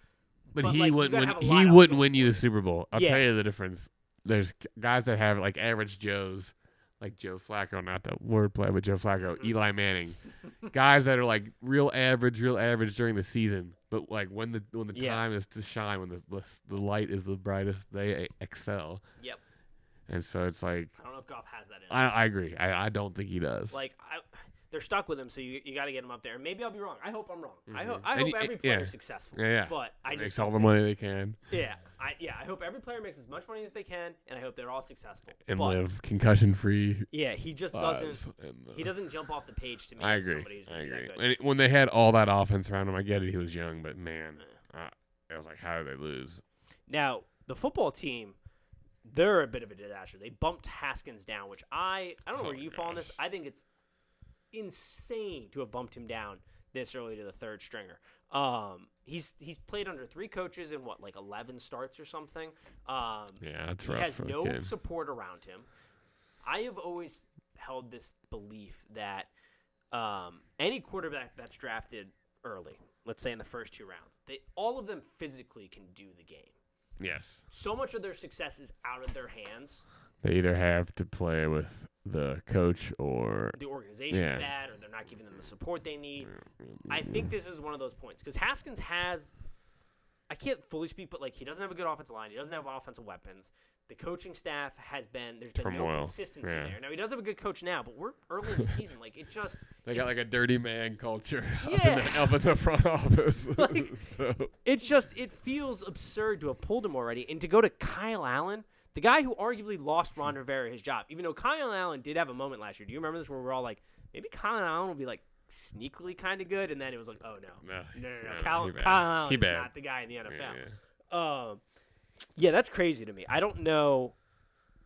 [SPEAKER 2] But,
[SPEAKER 1] But,
[SPEAKER 2] he
[SPEAKER 1] like, you
[SPEAKER 2] wouldn't
[SPEAKER 1] gotta
[SPEAKER 2] win.
[SPEAKER 1] have a
[SPEAKER 2] He
[SPEAKER 1] lineup
[SPEAKER 2] wouldn't
[SPEAKER 1] going
[SPEAKER 2] win you
[SPEAKER 1] for
[SPEAKER 2] the
[SPEAKER 1] you.
[SPEAKER 2] Super Bowl. I'll
[SPEAKER 1] Yeah.
[SPEAKER 2] tell you the difference. There's g- guys that have like average Joes, like Joe Flacco, not the wordplay, but Joe Flacco,
[SPEAKER 1] Mm-hmm.
[SPEAKER 2] Eli Manning, guys that are like real average, real average during the season. But like when the when the
[SPEAKER 1] Yeah.
[SPEAKER 2] time is to shine, when the the light is the brightest, they e, excel.
[SPEAKER 1] Yep.
[SPEAKER 2] and so it's like
[SPEAKER 1] I don't know if Goff has that in. him.
[SPEAKER 2] I, I agree. I, I don't think he does.
[SPEAKER 1] like I, they're stuck with him, so you, you got to get him up there. And maybe I'll be wrong. I hope I'm wrong. I hope I
[SPEAKER 2] Mm-hmm.
[SPEAKER 1] hope
[SPEAKER 2] And y-
[SPEAKER 1] every
[SPEAKER 2] yeah.
[SPEAKER 1] player is successful.
[SPEAKER 2] Yeah, yeah.
[SPEAKER 1] But I
[SPEAKER 2] makes
[SPEAKER 1] just
[SPEAKER 2] all the money they can
[SPEAKER 1] yeah I yeah I hope every player makes as much money as they can, and I hope they're all successful.
[SPEAKER 2] and
[SPEAKER 1] but,
[SPEAKER 2] live concussion free
[SPEAKER 1] Yeah, he just
[SPEAKER 2] lives.
[SPEAKER 1] doesn't.
[SPEAKER 2] And, uh,
[SPEAKER 1] He doesn't jump off the page to me.
[SPEAKER 2] I
[SPEAKER 1] as
[SPEAKER 2] agree.
[SPEAKER 1] somebody who's
[SPEAKER 2] I
[SPEAKER 1] gonna be that
[SPEAKER 2] agree.
[SPEAKER 1] good.
[SPEAKER 2] When, it- when they had all that offense around him, I get it. He was young, but man, I, I was like, how did they lose?
[SPEAKER 1] Now, the football team, they're a bit of a disaster. They bumped Haskins down, which I I don't know
[SPEAKER 2] Oh
[SPEAKER 1] where
[SPEAKER 2] my
[SPEAKER 1] you fall on
[SPEAKER 2] gosh.
[SPEAKER 1] this. I think it's insane to have bumped him down this early to the third stringer. Um, he's he's played under three coaches in what like eleven starts or something. Um,
[SPEAKER 2] Yeah, that's
[SPEAKER 1] he
[SPEAKER 2] rough.
[SPEAKER 1] has
[SPEAKER 2] for the
[SPEAKER 1] no
[SPEAKER 2] kid.
[SPEAKER 1] support around him. I have always held this belief that um, any quarterback that's drafted early, let's say in the first two rounds, they all of them physically can do the game
[SPEAKER 2] yes,
[SPEAKER 1] so much of their success is out of their hands.
[SPEAKER 2] they either have to play with the coach or
[SPEAKER 1] The organization's
[SPEAKER 2] Yeah.
[SPEAKER 1] bad, or they're not giving them the support they need. I think this is one of those points because Haskins has. I can't fully speak, but like he doesn't have a good offensive line. He doesn't have offensive weapons. The coaching staff has been there's been no
[SPEAKER 2] Turmoil.
[SPEAKER 1] consistency
[SPEAKER 2] Yeah.
[SPEAKER 1] there. Now he does have a good coach now, but we're early in the season. Like it just
[SPEAKER 2] they got
[SPEAKER 1] it's-
[SPEAKER 2] like a dirty man culture
[SPEAKER 1] Yeah.
[SPEAKER 2] up, in the, up in the front office.
[SPEAKER 1] Like-
[SPEAKER 2] so,
[SPEAKER 1] it's just it feels absurd to have pulled him already and to go to Kyle Allen, the guy who arguably lost
[SPEAKER 2] Hmm.
[SPEAKER 1] Ron Rivera his job, even though Kyle Allen did have a moment last year. Do you remember this where we we're all like, maybe Kyle Allen will be like sneakily kind of good, and then it was like, oh no,
[SPEAKER 2] no,
[SPEAKER 1] no, no, no,
[SPEAKER 2] no,
[SPEAKER 1] Kyle,
[SPEAKER 2] he bad.
[SPEAKER 1] Kyle Allen
[SPEAKER 2] He
[SPEAKER 1] is
[SPEAKER 2] bad.
[SPEAKER 1] not the guy in the
[SPEAKER 2] Yeah,
[SPEAKER 1] NFL.
[SPEAKER 2] yeah.
[SPEAKER 1] Yeah. Um, yeah, that's crazy to me. I don't know,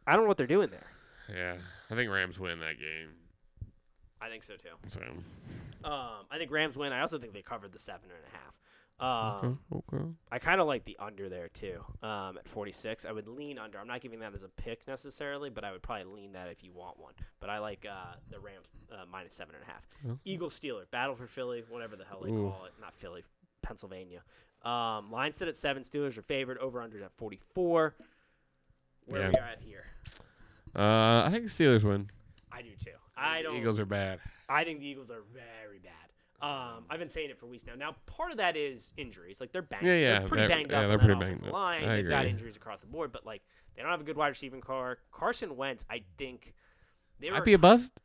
[SPEAKER 1] I don't know what they're doing there.
[SPEAKER 2] Yeah, I think Rams win that game.
[SPEAKER 1] I think so too.
[SPEAKER 2] So
[SPEAKER 1] Um, I think Rams win. I also think they covered the seven and a half. Um,
[SPEAKER 2] okay, okay.
[SPEAKER 1] I kind of like the under there too. Um, at 46, I would lean under. I'm not giving that as a pick necessarily, but I would probably lean that if you want one. But I like uh, the Rams uh, minus seven and a half. Eagle Steeler battle for Philly, whatever the hell they
[SPEAKER 2] Ooh.
[SPEAKER 1] call it. Not Philly, Pennsylvania. Um, line set at seven. Steelers are favored. Over under at 44. Where
[SPEAKER 2] Yeah.
[SPEAKER 1] we are at here,
[SPEAKER 2] Uh, I think the Steelers win.
[SPEAKER 1] I do too. I
[SPEAKER 2] The
[SPEAKER 1] don't.
[SPEAKER 2] Eagles are bad.
[SPEAKER 1] I think the Eagles are very bad. Um, I've been saying it for weeks now. Now, part of that is injuries. Like they're banged.
[SPEAKER 2] Yeah, yeah,
[SPEAKER 1] They're pretty
[SPEAKER 2] they're-
[SPEAKER 1] banged
[SPEAKER 2] yeah,
[SPEAKER 1] up.
[SPEAKER 2] they're
[SPEAKER 1] on that
[SPEAKER 2] pretty
[SPEAKER 1] offensive
[SPEAKER 2] banged up.
[SPEAKER 1] Line.
[SPEAKER 2] I
[SPEAKER 1] They've got
[SPEAKER 2] agree.
[SPEAKER 1] injuries across the board, but like they don't have a good wide receiving car. Carson Wentz, I think. There
[SPEAKER 2] Might
[SPEAKER 1] are
[SPEAKER 2] be a
[SPEAKER 1] ti-
[SPEAKER 2] bust.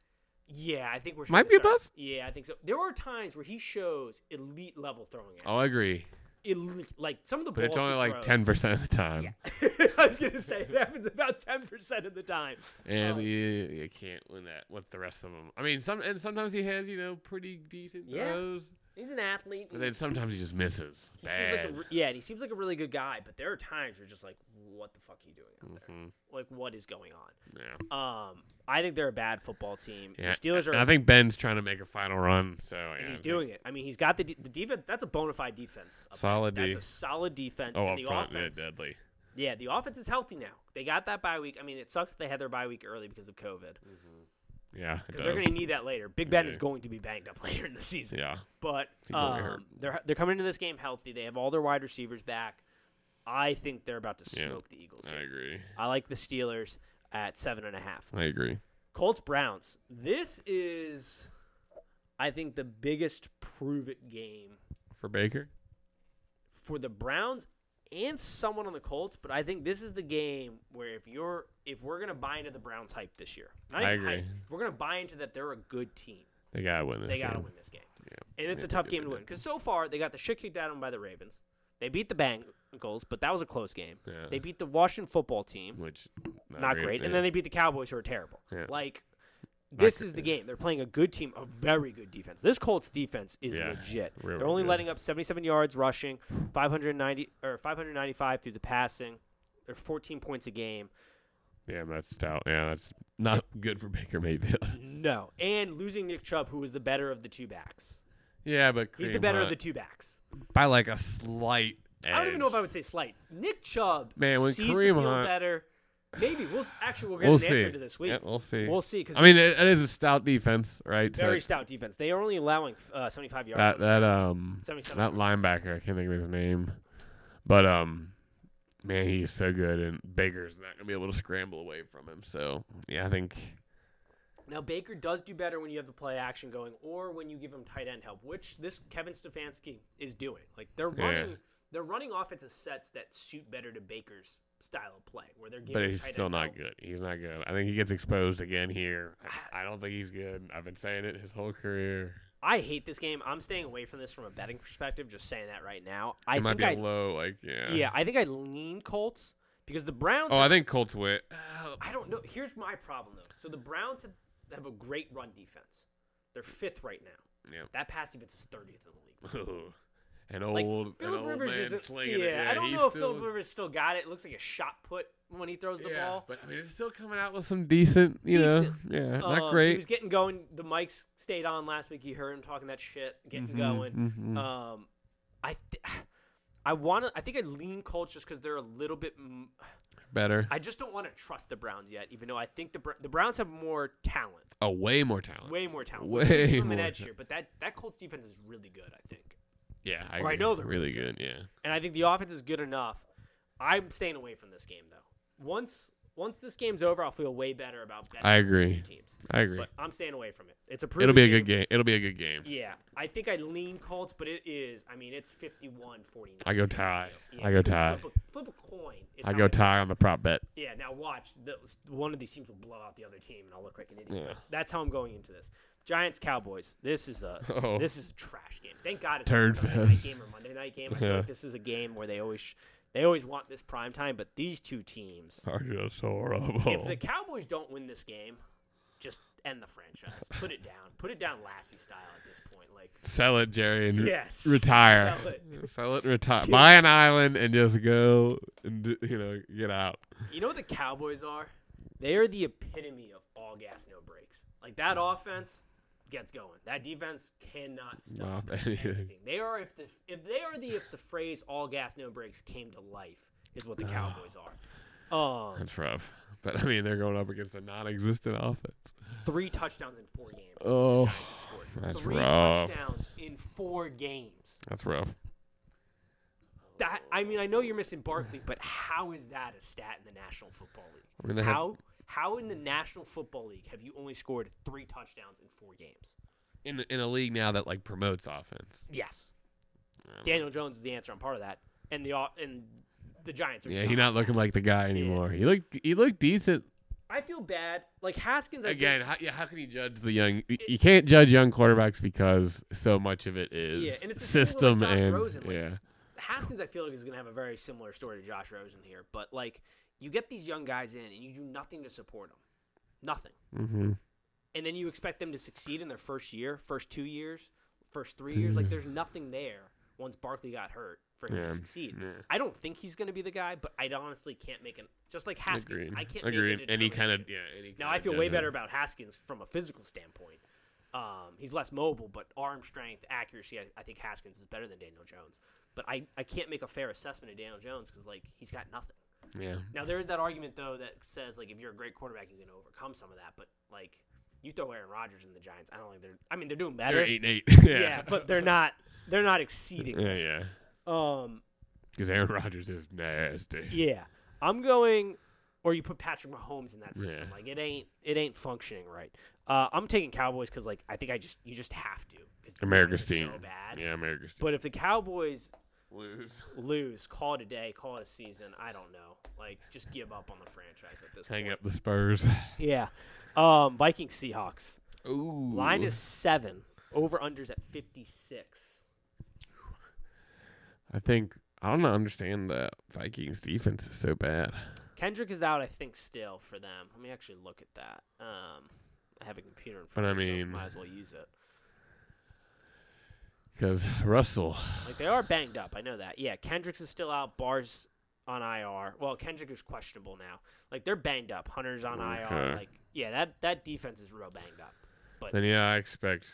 [SPEAKER 1] Yeah, I think we're.
[SPEAKER 2] Might
[SPEAKER 1] starting
[SPEAKER 2] be a
[SPEAKER 1] to start-
[SPEAKER 2] bust?
[SPEAKER 1] Yeah, I think so. There are times where he shows elite level throwing.
[SPEAKER 2] Oh, I agree,
[SPEAKER 1] Elite, like some of the
[SPEAKER 2] but
[SPEAKER 1] balls
[SPEAKER 2] it's only
[SPEAKER 1] he
[SPEAKER 2] like
[SPEAKER 1] throws-
[SPEAKER 2] ten percent of the time,
[SPEAKER 1] I was gonna say it happens about ten percent of the time.
[SPEAKER 2] and
[SPEAKER 1] Oh.
[SPEAKER 2] you, you can't win that with the rest of them. I mean, some and sometimes he has you know pretty decent
[SPEAKER 1] Yeah.
[SPEAKER 2] throws,
[SPEAKER 1] He's an athlete.
[SPEAKER 2] but then sometimes he just misses.
[SPEAKER 1] He
[SPEAKER 2] Bad.
[SPEAKER 1] seems like a, re- yeah, and he seems like a really good guy, but there are times you're just like, what the fuck are you doing out there?
[SPEAKER 2] Mhm.
[SPEAKER 1] Like, what is going on?
[SPEAKER 2] yeah.
[SPEAKER 1] Um, I think they're a bad football team.
[SPEAKER 2] Yeah,
[SPEAKER 1] The Steelers
[SPEAKER 2] and
[SPEAKER 1] are,
[SPEAKER 2] I think Ben's trying to make a final run, so yeah,
[SPEAKER 1] and
[SPEAKER 2] I
[SPEAKER 1] he's
[SPEAKER 2] think-
[SPEAKER 1] doing it. I mean, he's got the de- the defense. That's a bona fide defense. up there.
[SPEAKER 2] Solid
[SPEAKER 1] That's
[SPEAKER 2] D.
[SPEAKER 1] a solid defense.
[SPEAKER 2] Oh,
[SPEAKER 1] and
[SPEAKER 2] up
[SPEAKER 1] the
[SPEAKER 2] front, yeah,
[SPEAKER 1] offense.
[SPEAKER 2] deadly.
[SPEAKER 1] Yeah, the offense is healthy now. They got that bye week. I mean, it sucks that they had their bye week early because of COVID,
[SPEAKER 2] Yeah, it
[SPEAKER 1] because they're
[SPEAKER 2] does.
[SPEAKER 1] going to need that later. Big Ben
[SPEAKER 2] Yeah.
[SPEAKER 1] is going to be banged up later in the season.
[SPEAKER 2] yeah,
[SPEAKER 1] But
[SPEAKER 2] Think he'll be hurt.
[SPEAKER 1] um, they're they're coming into this game healthy. They have all their wide receivers back. I think they're about to
[SPEAKER 2] Yeah.
[SPEAKER 1] smoke the Eagles.
[SPEAKER 2] I
[SPEAKER 1] here.
[SPEAKER 2] agree.
[SPEAKER 1] I like the Steelers at seven and a half.
[SPEAKER 2] I agree.
[SPEAKER 1] Colts Browns. This is, I think, the biggest prove it game
[SPEAKER 2] For Baker,
[SPEAKER 1] for the Browns and someone on the Colts. But I think this is the game where if you're if we're gonna buy into the Browns hype this year, not
[SPEAKER 2] I
[SPEAKER 1] even hype,
[SPEAKER 2] agree.
[SPEAKER 1] if we're gonna buy into that they're a good team.
[SPEAKER 2] they gotta win this.
[SPEAKER 1] They gotta
[SPEAKER 2] game.
[SPEAKER 1] win this game, and it's a tough game to win because so far they got the shit kicked out of them by the Ravens. They beat the Bengals, but that was a close game.
[SPEAKER 2] Yeah.
[SPEAKER 1] They beat the Washington football team.
[SPEAKER 2] Which
[SPEAKER 1] not great. And then they beat the Cowboys, who are terrible.
[SPEAKER 2] Yeah.
[SPEAKER 1] Like, this is the game. They're playing a good team, a very good defense. This Colts defense is
[SPEAKER 2] Yeah,
[SPEAKER 1] legit.
[SPEAKER 2] real
[SPEAKER 1] They're only
[SPEAKER 2] good.
[SPEAKER 1] letting up 77 yards rushing, 590 or 595 through the passing. They're 14 points a game.
[SPEAKER 2] yeah, that's stout. Yeah, that's not good for Baker Mayfield.
[SPEAKER 1] No, and losing Nick Chubb, who is the better of the two backs.
[SPEAKER 2] yeah, but
[SPEAKER 1] He's the
[SPEAKER 2] Kareem
[SPEAKER 1] better of
[SPEAKER 2] Hunt-
[SPEAKER 1] the two backs.
[SPEAKER 2] by like a slight.
[SPEAKER 1] I don't even know if I would say slight. Nick Chubb
[SPEAKER 2] Man, when
[SPEAKER 1] sees the
[SPEAKER 2] Kareem
[SPEAKER 1] field
[SPEAKER 2] Hunt-
[SPEAKER 1] better. Maybe we'll s- actually we'll get
[SPEAKER 2] We'll
[SPEAKER 1] an
[SPEAKER 2] see.
[SPEAKER 1] answer to this week.
[SPEAKER 2] Yeah, we'll see.
[SPEAKER 1] We'll see, 'cause
[SPEAKER 2] I mean, it, it is a stout defense, right?
[SPEAKER 1] Very
[SPEAKER 2] so
[SPEAKER 1] stout defense. They are only allowing uh, 75 yards.
[SPEAKER 2] that that um
[SPEAKER 1] Seventy-seven
[SPEAKER 2] that linebacker, I can't think of his name, but um, man, he is so good, and Baker's not gonna be able to scramble away from him. So yeah, I think
[SPEAKER 1] Now Baker does do better when you have the play action going, or when you give him tight end help, which this Kevin Stefanski is doing. Like they're
[SPEAKER 2] Yeah.
[SPEAKER 1] running, they're running offensive sets that suit better to Baker's style of play where they're getting.
[SPEAKER 2] But he's
[SPEAKER 1] tight
[SPEAKER 2] still
[SPEAKER 1] end
[SPEAKER 2] not
[SPEAKER 1] help. Ah.
[SPEAKER 2] good. He's not good. I think he gets exposed again here. I, I don't think he's good. I've been saying it his whole career.
[SPEAKER 1] I hate this game. I'm staying away from this from a betting perspective. Just saying that right now. I
[SPEAKER 2] It might
[SPEAKER 1] think
[SPEAKER 2] be
[SPEAKER 1] I
[SPEAKER 2] a low, like yeah.
[SPEAKER 1] yeah. I think I lean Colts because the Browns.
[SPEAKER 2] Oh,
[SPEAKER 1] have-
[SPEAKER 2] I think Colts win.
[SPEAKER 1] I don't know. Here's my problem though. So the Browns have have a great run defense. They're fifth right now.
[SPEAKER 2] Yeah.
[SPEAKER 1] That pass defense is thirtieth in the league.
[SPEAKER 2] an old,
[SPEAKER 1] Like
[SPEAKER 2] an
[SPEAKER 1] Philip
[SPEAKER 2] old
[SPEAKER 1] Rivers
[SPEAKER 2] man
[SPEAKER 1] is
[SPEAKER 2] slinging
[SPEAKER 1] yeah,
[SPEAKER 2] it.
[SPEAKER 1] I don't
[SPEAKER 2] he's
[SPEAKER 1] know if
[SPEAKER 2] still,
[SPEAKER 1] Philip Rivers still got it. It looks like a shot put when he throws the
[SPEAKER 2] yeah,
[SPEAKER 1] ball.
[SPEAKER 2] But I mean, it's still coming out with some decent, you
[SPEAKER 1] Decent.
[SPEAKER 2] know, yeah,
[SPEAKER 1] Um,
[SPEAKER 2] not
[SPEAKER 1] He
[SPEAKER 2] great.
[SPEAKER 1] was getting going. The mics stayed on last week. You heard him talking that shit, getting
[SPEAKER 2] Mm-hmm,
[SPEAKER 1] going. Um, I, th- I want to. I think I lean Colts just because they're a little bit. m-
[SPEAKER 2] Better,
[SPEAKER 1] I just don't want to trust the Browns yet, even though I think the Br- the Browns have more talent,
[SPEAKER 2] oh, way more talent.
[SPEAKER 1] way more talent.
[SPEAKER 2] Way
[SPEAKER 1] Give them an
[SPEAKER 2] more
[SPEAKER 1] edge
[SPEAKER 2] ta-
[SPEAKER 1] here, but that that Colts defense is really good, I think,
[SPEAKER 2] yeah, I,
[SPEAKER 1] Or I
[SPEAKER 2] agree.
[SPEAKER 1] know they're
[SPEAKER 2] really good. Yeah,
[SPEAKER 1] and I think the offense is good enough. I'm staying away from this game though. Once once this game's over, I'll feel way better about betting
[SPEAKER 2] I
[SPEAKER 1] on these
[SPEAKER 2] agree.
[SPEAKER 1] two teams.
[SPEAKER 2] I agree.
[SPEAKER 1] But I'm staying away from it. It's a
[SPEAKER 2] It'll
[SPEAKER 1] proven
[SPEAKER 2] be a good game. It'll be a good game.
[SPEAKER 1] Yeah, I think I lean Colts, but it is. I mean, it's 51 49.
[SPEAKER 2] I go tie.
[SPEAKER 1] Yeah,
[SPEAKER 2] I
[SPEAKER 1] you
[SPEAKER 2] go
[SPEAKER 1] can
[SPEAKER 2] tie.
[SPEAKER 1] Flip a, flip a coin. is
[SPEAKER 2] I
[SPEAKER 1] how
[SPEAKER 2] go
[SPEAKER 1] I do
[SPEAKER 2] tie
[SPEAKER 1] this.
[SPEAKER 2] on the prop bet.
[SPEAKER 1] Yeah, now watch. The, one of these teams will blow out the other team, and I'll look like an idiot.
[SPEAKER 2] Yeah.
[SPEAKER 1] That's how I'm going into this. Giants Cowboys. This is a
[SPEAKER 2] Oh.
[SPEAKER 1] this is a trash game. Thank God it's
[SPEAKER 2] Turd
[SPEAKER 1] not a Sunday night
[SPEAKER 2] fest.
[SPEAKER 1] game or Monday night game. I feel
[SPEAKER 2] Yeah.
[SPEAKER 1] like this is a game where they always sh- they always want this prime time, but these two teams.
[SPEAKER 2] Are just horrible.
[SPEAKER 1] If the Cowboys don't win this game, just end the franchise. Put it down. Put it down Lassie style at this point. Like
[SPEAKER 2] Sell it, Jerry, and re-
[SPEAKER 1] Yes,
[SPEAKER 2] retire.
[SPEAKER 1] sell it.
[SPEAKER 2] Sell it and retire. Buy an island and just go and d- you know get out.
[SPEAKER 1] You know what the Cowboys are? They are the epitome of all gas, no breaks. Like that offense gets going. That defense cannot stop
[SPEAKER 2] Stop anything.
[SPEAKER 1] anything. They are if the if they are the if the phrase all gas, no breaks came to life is
[SPEAKER 2] Ah.
[SPEAKER 1] what the Cowboys are. Um,
[SPEAKER 2] That's rough. But I mean, they're going up against a non-existent offense.
[SPEAKER 1] three touchdowns in four games. is what
[SPEAKER 2] Oh,
[SPEAKER 1] the Giants have scored.
[SPEAKER 2] that's
[SPEAKER 1] three
[SPEAKER 2] rough.
[SPEAKER 1] touchdowns in four games.
[SPEAKER 2] That's rough.
[SPEAKER 1] That I mean, I know you're missing Barkley, but how is that a stat in the National Football League?
[SPEAKER 2] I mean, they had-
[SPEAKER 1] how how in the National Football League have you only scored three touchdowns in four games?
[SPEAKER 2] In in a league now that like promotes offense.
[SPEAKER 1] Yes,
[SPEAKER 2] don't
[SPEAKER 1] Daniel Jones is the answer. I'm part of that, and the au- and the Giants are.
[SPEAKER 2] Yeah,
[SPEAKER 1] just
[SPEAKER 2] he's not looking like the guy anymore. He looked he looked decent
[SPEAKER 1] I feel bad. Like Haskins I think-
[SPEAKER 2] again. How, yeah, how can you judge the young? y- You can't judge young quarterbacks because so much of it is
[SPEAKER 1] Yeah, and it's the same thing with, like,
[SPEAKER 2] system
[SPEAKER 1] Josh
[SPEAKER 2] and
[SPEAKER 1] Rosen, like,
[SPEAKER 2] yeah.
[SPEAKER 1] Haskins, I feel like is going to have a very similar story to Josh Rosen here, but like you get these young guys in and you do nothing to support them, nothing,
[SPEAKER 2] Mm-hmm.
[SPEAKER 1] and then you expect them to succeed in their first year, first two years, first three years. Like there's nothing there once Barkley got hurt for him
[SPEAKER 2] Yeah,
[SPEAKER 1] to succeed.
[SPEAKER 2] yeah.
[SPEAKER 1] I don't think he's going to be the guy, but I honestly can't make an just like Haskins.
[SPEAKER 2] Agreed.
[SPEAKER 1] I can't
[SPEAKER 2] Agreed.
[SPEAKER 1] make a
[SPEAKER 2] Any kind of
[SPEAKER 1] determination.
[SPEAKER 2] yeah. Any
[SPEAKER 1] Now
[SPEAKER 2] kind
[SPEAKER 1] I
[SPEAKER 2] of
[SPEAKER 1] feel way
[SPEAKER 2] judgment.
[SPEAKER 1] better about Haskins from a physical standpoint. Um, he's less mobile, but arm strength, accuracy, I, I think Haskins is better than Daniel Jones. But I, I can't make a fair assessment of Daniel Jones because like he's got nothing.
[SPEAKER 2] Yeah.
[SPEAKER 1] Now there is that argument though that says like if you're a great quarterback, you can overcome some of that. But like you throw Aaron Rodgers in the Giants, I don't think they're. I mean they're doing better.
[SPEAKER 2] They're eight and eight. yeah.
[SPEAKER 1] yeah. but they're not. They're not exceeding.
[SPEAKER 2] yeah,
[SPEAKER 1] this.
[SPEAKER 2] yeah.
[SPEAKER 1] Um.
[SPEAKER 2] Because Aaron Rodgers is nasty.
[SPEAKER 1] Yeah, I'm going. Or you put Patrick Mahomes in that system.
[SPEAKER 2] Yeah.
[SPEAKER 1] Like it ain't it ain't functioning right. Uh, I'm taking Cowboys because like I think I just you just have to because
[SPEAKER 2] America's team.
[SPEAKER 1] so bad.
[SPEAKER 2] Yeah, America's team.
[SPEAKER 1] But if the Cowboys
[SPEAKER 2] Lose.
[SPEAKER 1] lose, call it a day, call it a season. I don't know. Like just give up on the franchise at this
[SPEAKER 2] Hang
[SPEAKER 1] point.
[SPEAKER 2] up the Spurs.
[SPEAKER 1] Yeah. Um, Vikings Seahawks
[SPEAKER 2] Ooh.
[SPEAKER 1] line is seven. Over unders at 56.
[SPEAKER 2] I think I don't understand the Vikings defense is so bad.
[SPEAKER 1] Kendrick is out, I think, still for them. Let me actually look at that. Um, I have a computer in front
[SPEAKER 2] But I
[SPEAKER 1] of me, so
[SPEAKER 2] mean-
[SPEAKER 1] might as well use it.
[SPEAKER 2] Because Russell,
[SPEAKER 1] Like they are banged up. I know that. Yeah, Kendricks is still out. Bars on IR. Well, Kendrick is questionable now. Like they're banged up. Hunter's on IR.
[SPEAKER 2] Okay.
[SPEAKER 1] Like yeah, that that defense is real banged up. But
[SPEAKER 2] then yeah, I expect.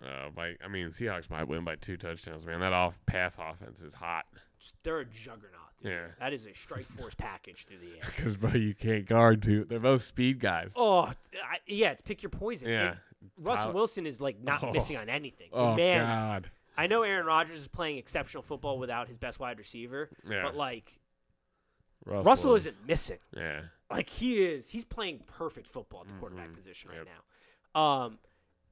[SPEAKER 2] Uh, by I mean Seahawks might win by two touchdowns. Man, that off pass offense is hot.
[SPEAKER 1] they're a juggernaut. Dude.
[SPEAKER 2] Yeah.
[SPEAKER 1] That is a strike force package through the air.
[SPEAKER 2] Because bro, you can't guard two. They're both speed guys.
[SPEAKER 1] Oh I, yeah, it's pick your poison.
[SPEAKER 2] yeah.
[SPEAKER 1] And Russell
[SPEAKER 2] Tyler-
[SPEAKER 1] Wilson is like not
[SPEAKER 2] Oh.
[SPEAKER 1] missing on anything.
[SPEAKER 2] Oh
[SPEAKER 1] Man,
[SPEAKER 2] God.
[SPEAKER 1] I know Aaron Rodgers is playing exceptional football without his best wide receiver,
[SPEAKER 2] Yeah.
[SPEAKER 1] but like
[SPEAKER 2] Russell,
[SPEAKER 1] Russell
[SPEAKER 2] is-
[SPEAKER 1] isn't missing.
[SPEAKER 2] Yeah.
[SPEAKER 1] like he is he's playing perfect football at the quarterback position right
[SPEAKER 2] Mm-hmm. Yep.
[SPEAKER 1] now um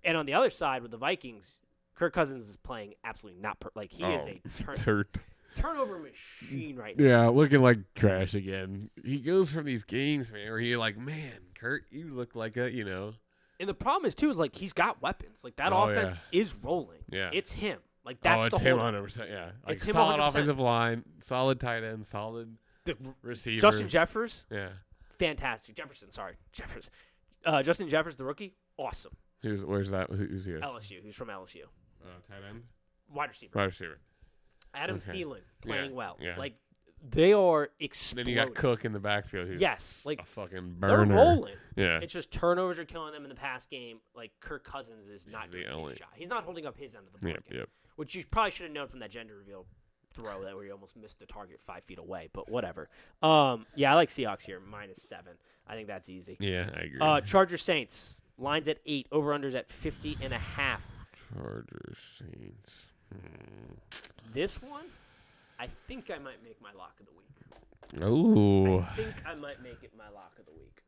[SPEAKER 1] and on the other side with the vikings kirk cousins is playing absolutely not per- like he is
[SPEAKER 2] Oh,
[SPEAKER 1] a turn
[SPEAKER 2] Dirt.
[SPEAKER 1] turnover machine right now.
[SPEAKER 2] Yeah, looking like trash again. He goes from these games, man, where you're like, man, Kurt, you look like a, you know,
[SPEAKER 1] And the problem is too is like he's got weapons. Like that
[SPEAKER 2] Oh,
[SPEAKER 1] offense is rolling.
[SPEAKER 2] Yeah.
[SPEAKER 1] It's him. Like that's
[SPEAKER 2] oh, it's
[SPEAKER 1] the
[SPEAKER 2] him
[SPEAKER 1] whole
[SPEAKER 2] 100. percent Yeah, like
[SPEAKER 1] It's him
[SPEAKER 2] solid
[SPEAKER 1] 100%.
[SPEAKER 2] offensive line, solid tight end, solid
[SPEAKER 1] the,
[SPEAKER 2] receiver.
[SPEAKER 1] Justin Jeffers,
[SPEAKER 2] Yeah,
[SPEAKER 1] fantastic. Jefferson, sorry, Jeffers. Uh, Justin Jeffers, the rookie, awesome.
[SPEAKER 2] who's where's that? Who- Who's he? is?
[SPEAKER 1] LSU, who's from LSU,
[SPEAKER 2] Uh, tight end,
[SPEAKER 1] wide receiver.
[SPEAKER 2] wide receiver.
[SPEAKER 1] Adam
[SPEAKER 2] okay.
[SPEAKER 1] Thielen playing
[SPEAKER 2] Yeah,
[SPEAKER 1] well.
[SPEAKER 2] yeah.
[SPEAKER 1] Like they are
[SPEAKER 2] Then
[SPEAKER 1] exploding.
[SPEAKER 2] you got Cook in the backfield. Who's
[SPEAKER 1] Yes, like,
[SPEAKER 2] a fucking
[SPEAKER 1] They're
[SPEAKER 2] burner.
[SPEAKER 1] rolling.
[SPEAKER 2] Yeah,
[SPEAKER 1] It's just turnovers are killing them in the past game. Like Kirk Cousins is not
[SPEAKER 2] the
[SPEAKER 1] doing
[SPEAKER 2] only-
[SPEAKER 1] his job. He's not holding up his end of the
[SPEAKER 2] yep,
[SPEAKER 1] bargain.
[SPEAKER 2] yep.
[SPEAKER 1] which you probably should have known from that gender reveal throw that where you almost missed the target five feet away, but whatever. Um, yeah, I like Seahawks here, minus seven. I think that's easy.
[SPEAKER 2] Yeah, I agree.
[SPEAKER 1] Uh, Chargers Saints, lines at eight, over unders at 50 and a half.
[SPEAKER 2] Chargers, Saints. Hmm.
[SPEAKER 1] This one, I think I might make my lock of the week.
[SPEAKER 2] Ooh,
[SPEAKER 1] I think I might make it my lock of the week.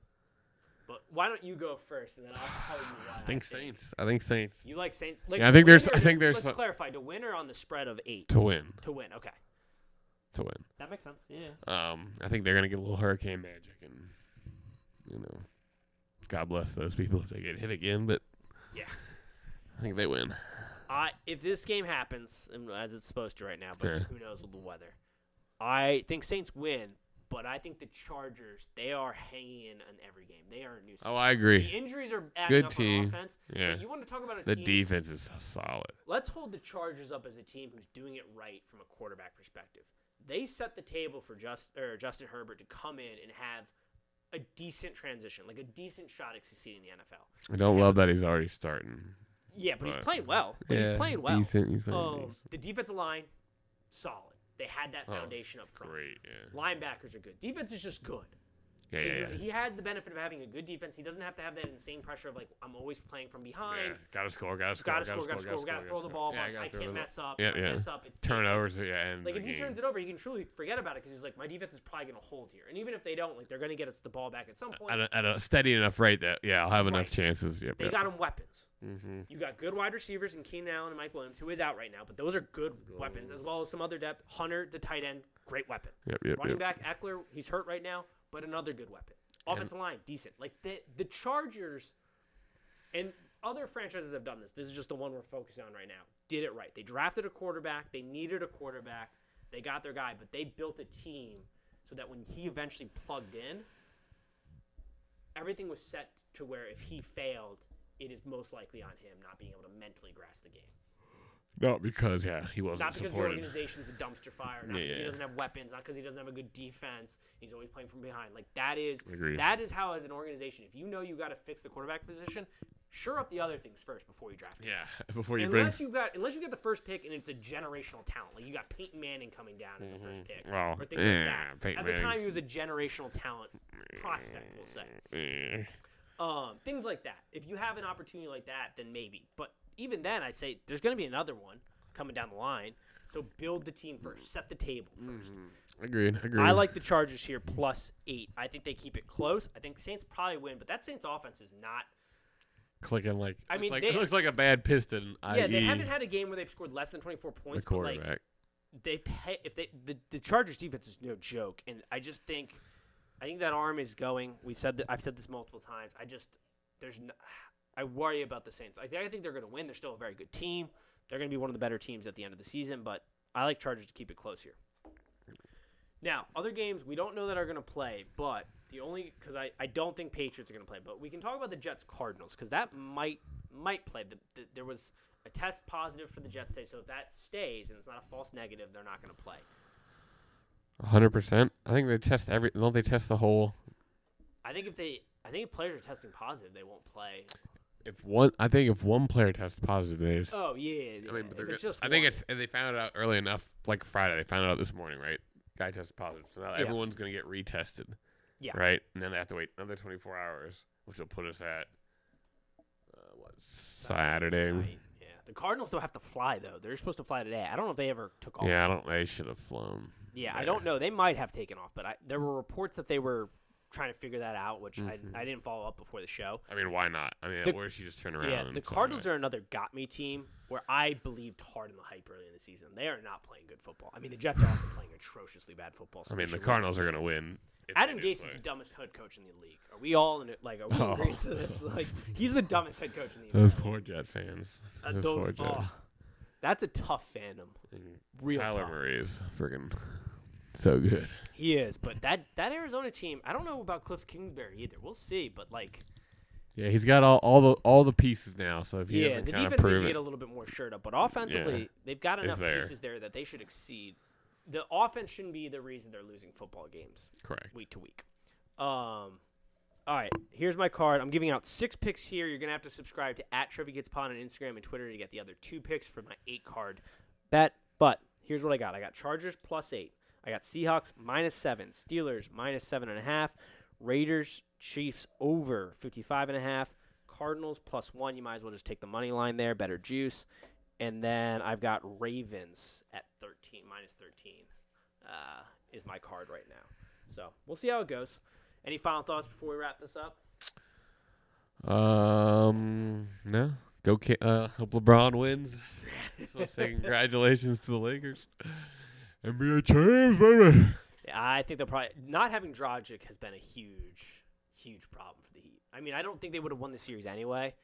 [SPEAKER 1] But why don't you go first and then I'll tell you why.
[SPEAKER 2] I think Saints. I think Saints
[SPEAKER 1] You like Saints? Like,
[SPEAKER 2] Yeah, I
[SPEAKER 1] to
[SPEAKER 2] think there's-
[SPEAKER 1] win or-
[SPEAKER 2] I think there's
[SPEAKER 1] Let's
[SPEAKER 2] some-
[SPEAKER 1] clarify to win or on the spread of eight
[SPEAKER 2] to win.
[SPEAKER 1] to win. Okay,
[SPEAKER 2] To win.
[SPEAKER 1] that makes sense. Yeah.
[SPEAKER 2] Um, I think they're gonna get a little hurricane magic, and you know, God bless those people if they get hit again. But
[SPEAKER 1] Yeah.
[SPEAKER 2] I think they win.
[SPEAKER 1] I if this game happens and as it's supposed to right now, but
[SPEAKER 2] Yeah.
[SPEAKER 1] who knows with the weather. I think Saints win, but I think the Chargers they are hanging in on every game. They are a nuisance.
[SPEAKER 2] Oh, I
[SPEAKER 1] the
[SPEAKER 2] agree.
[SPEAKER 1] injuries are adding
[SPEAKER 2] Good
[SPEAKER 1] up
[SPEAKER 2] team.
[SPEAKER 1] on offense. but
[SPEAKER 2] Yeah.
[SPEAKER 1] you want to talk about a
[SPEAKER 2] The
[SPEAKER 1] team?
[SPEAKER 2] defense is solid.
[SPEAKER 1] Let's hold the Chargers up as a team who's doing it right from a quarterback perspective. They set the table for just or Justin Herbert to come in and have a decent transition, like a decent shot at succeeding in the NFL.
[SPEAKER 2] I don't love that he's already starting.
[SPEAKER 1] Yeah, but
[SPEAKER 2] Right.
[SPEAKER 1] he's playing well. But he's playing well.
[SPEAKER 2] Decent, he's playing
[SPEAKER 1] Um,
[SPEAKER 2] decent.
[SPEAKER 1] the defensive line, solid. They had that
[SPEAKER 2] Oh,
[SPEAKER 1] foundation up front.
[SPEAKER 2] Great. Yeah.
[SPEAKER 1] Linebackers are good. Defense is just good.
[SPEAKER 2] Yeah.
[SPEAKER 1] So
[SPEAKER 2] yeah,
[SPEAKER 1] you-
[SPEAKER 2] yeah.
[SPEAKER 1] He has the benefit of having a good defense. He doesn't have to have that insane pressure of like I'm always playing from behind.
[SPEAKER 2] Yeah, Gotta score. Gotta score.
[SPEAKER 1] Gotta score, gotta score, gotta, throw the ball. a
[SPEAKER 2] Yeah,
[SPEAKER 1] bunch.
[SPEAKER 2] gotta
[SPEAKER 1] I
[SPEAKER 2] throw
[SPEAKER 1] can't
[SPEAKER 2] the-
[SPEAKER 1] mess up.
[SPEAKER 2] Yeah,
[SPEAKER 1] if I
[SPEAKER 2] yeah.
[SPEAKER 1] mess up. It's
[SPEAKER 2] Turnovers. Yeah. End
[SPEAKER 1] Like
[SPEAKER 2] the
[SPEAKER 1] if he
[SPEAKER 2] game.
[SPEAKER 1] turns it over, he can truly forget about it because he's like, my defense is probably gonna hold here. And even if they don't, like they're gonna get us the ball back at some point.
[SPEAKER 2] at a, at a steady enough rate that yeah, I'll have enough
[SPEAKER 1] Right.
[SPEAKER 2] chances. Yep.
[SPEAKER 1] They
[SPEAKER 2] yep.
[SPEAKER 1] got him weapons.
[SPEAKER 2] Mhm.
[SPEAKER 1] You got good wide receivers and Keenan Allen and Mike Williams, who is out right now, but those are good weapons, as well as some other depth. Hunter, the tight end, great weapon.
[SPEAKER 2] Yep. Yep.
[SPEAKER 1] Running
[SPEAKER 2] yep.
[SPEAKER 1] back Eckler, he's hurt right now, but another good weapon. Offensive line, decent. Like the the Chargers and other franchises have done this. This is just the one we're focusing on right now. Did it right. They drafted a quarterback. They needed a quarterback. They got their guy, but they built a team so that when he eventually plugged in, everything was set to where if he failed, it is most likely on him not being able to mentally grasp the game.
[SPEAKER 2] Not because yeah, he wasn't
[SPEAKER 1] Not because
[SPEAKER 2] supported.
[SPEAKER 1] the organization's a dumpster fire, not
[SPEAKER 2] Yeah,
[SPEAKER 1] because
[SPEAKER 2] yeah.
[SPEAKER 1] he doesn't have weapons, not because he doesn't have a good defense. He's always playing from behind. Like that is
[SPEAKER 2] Agreed.
[SPEAKER 1] that is how as an organization, if you know you got to fix the quarterback position, sure up the other things first before you draft. him.
[SPEAKER 2] yeah. Before you bring
[SPEAKER 1] Unless you got unless you get the first pick and it's a generational talent, like you got Peyton Manning coming down at the first pick,
[SPEAKER 2] Mm-hmm. Well,
[SPEAKER 1] or things
[SPEAKER 2] yeah,
[SPEAKER 1] like that.
[SPEAKER 2] Peyton
[SPEAKER 1] at the time,
[SPEAKER 2] Manning's-
[SPEAKER 1] he was a generational talent prospect, we'll say.
[SPEAKER 2] Eh.
[SPEAKER 1] Um, things like that. If you have an opportunity like that, then maybe. But even then, I'd say there's going to be another one coming down the line. So build the team first, set the table 1st
[SPEAKER 2] Agreed. Mm-hmm. Agreed.
[SPEAKER 1] I like the Chargers here plus eight. I think they keep it close. I think Saints probably win, but that Saints offense is not.
[SPEAKER 2] clicking like.
[SPEAKER 1] I
[SPEAKER 2] it's
[SPEAKER 1] mean,
[SPEAKER 2] like,
[SPEAKER 1] they-
[SPEAKER 2] it looks like a bad piston.
[SPEAKER 1] Yeah,
[SPEAKER 2] i.e.
[SPEAKER 1] they haven't had a game where they've scored less than 24
[SPEAKER 2] E. the
[SPEAKER 1] points. But like
[SPEAKER 2] quarterback.
[SPEAKER 1] they pay if they the, the Chargers defense is no joke, and I just think I think that arm is going. We've said that I've said this multiple times. I just there's no, I worry about the Saints. I, think- I think they're going to win. They're still a very good team. They're going to be one of the better teams at the end of the season, but I like Chargers to keep it close here. Now, other games we don't know that are going to play, but the only because I, I don't think Patriots are going to play, but we can talk about the Jets Cardinals because that might might play. The, the, there was a test positive for the Jets today, so if that stays and it's not a false negative, they're not going to play.
[SPEAKER 2] hundred percent. I think they test every. Don't they test the whole?
[SPEAKER 1] I think if they I think if players are testing positive, they won't play.
[SPEAKER 2] If one, I think if one player tests positive, they. Just,
[SPEAKER 1] Oh yeah, yeah.
[SPEAKER 2] I mean,
[SPEAKER 1] if
[SPEAKER 2] but they're
[SPEAKER 1] it's
[SPEAKER 2] good.
[SPEAKER 1] just
[SPEAKER 2] I think
[SPEAKER 1] one.
[SPEAKER 2] it's and they found it out early enough, like Friday. They found it out this morning, right? Guy tested positive, so now
[SPEAKER 1] Yeah.
[SPEAKER 2] everyone's gonna get retested.
[SPEAKER 1] Yeah.
[SPEAKER 2] Right, and then they have to wait another twenty four hours, which will put us at uh, what Saturday.
[SPEAKER 1] Right, Yeah, the Cardinals don't have to fly though. They're supposed to fly today. I don't know if they ever took off.
[SPEAKER 2] Yeah, I don't. They should have flown.
[SPEAKER 1] Yeah, I
[SPEAKER 2] there.
[SPEAKER 1] don't know. They might have taken off, but I, there were reports that they were trying to figure that out, which
[SPEAKER 2] Mm-hmm.
[SPEAKER 1] I, I didn't follow up before the show.
[SPEAKER 2] I mean, why not? I mean,
[SPEAKER 1] The-
[SPEAKER 2] where she just turn around?
[SPEAKER 1] Yeah,
[SPEAKER 2] and
[SPEAKER 1] the
[SPEAKER 2] call it
[SPEAKER 1] Cardinals
[SPEAKER 2] night?
[SPEAKER 1] are another got me team where I believed hard in the hype early in the season. They are not playing good football. I mean, the Jets are also playing atrociously bad football. So
[SPEAKER 2] I
[SPEAKER 1] they
[SPEAKER 2] mean, the
[SPEAKER 1] should win.
[SPEAKER 2] Cardinals are gonna win. if they
[SPEAKER 1] Adam
[SPEAKER 2] do
[SPEAKER 1] Gase is
[SPEAKER 2] play.
[SPEAKER 1] the dumbest head coach in the league. Are we all in it? Like, are we
[SPEAKER 2] Oh.
[SPEAKER 1] agreeing to this? Like, he's the dumbest head coach in the
[SPEAKER 2] Those poor Jet fans.
[SPEAKER 1] Uh, those,
[SPEAKER 2] poor Jet-
[SPEAKER 1] oh, that's a tough fandom.
[SPEAKER 2] Mm.
[SPEAKER 1] Real
[SPEAKER 2] Kyler
[SPEAKER 1] tough.
[SPEAKER 2] Murray is freaking so good.
[SPEAKER 1] He is, but that that Arizona team, I don't know about Cliff Kingsbury either. We'll see, but like,
[SPEAKER 2] Yeah, he's got all, all the all the pieces now. So if he
[SPEAKER 1] yeah,
[SPEAKER 2] doesn't
[SPEAKER 1] the
[SPEAKER 2] kind of
[SPEAKER 1] defense needs
[SPEAKER 2] prove
[SPEAKER 1] to
[SPEAKER 2] it,
[SPEAKER 1] get a little bit more shirt up, but offensively,
[SPEAKER 2] Yeah.
[SPEAKER 1] they've got enough
[SPEAKER 2] there.
[SPEAKER 1] pieces there that they should exceed. The offense shouldn't be the reason they're losing football games
[SPEAKER 2] correct.
[SPEAKER 1] week to week. Um, all right, here's my card. I'm giving out six picks here. You're gonna have to subscribe to at Trivia Gets Pod on Instagram and Twitter to get the other two picks for my eight card bet. But here's what I got. I got Chargers plus eight. I got Seahawks minus seven. Steelers minus seven and a half. Raiders Chiefs over 55 and a half. Cardinals plus one. You might as well just take the money line there. Better juice. And then I've got Ravens at 13 minus 13 uh, is my card right now. So we'll see how it goes. Any final thoughts before we wrap this up?
[SPEAKER 2] Um, no, go. Ki- uh, hope LeBron wins. so say congratulations to the Lakers. NBA champs, baby.
[SPEAKER 1] Yeah, I think they'll probably not having Drogic has been a huge, huge problem for the Heat. I mean, I don't think they would have won the series anyway.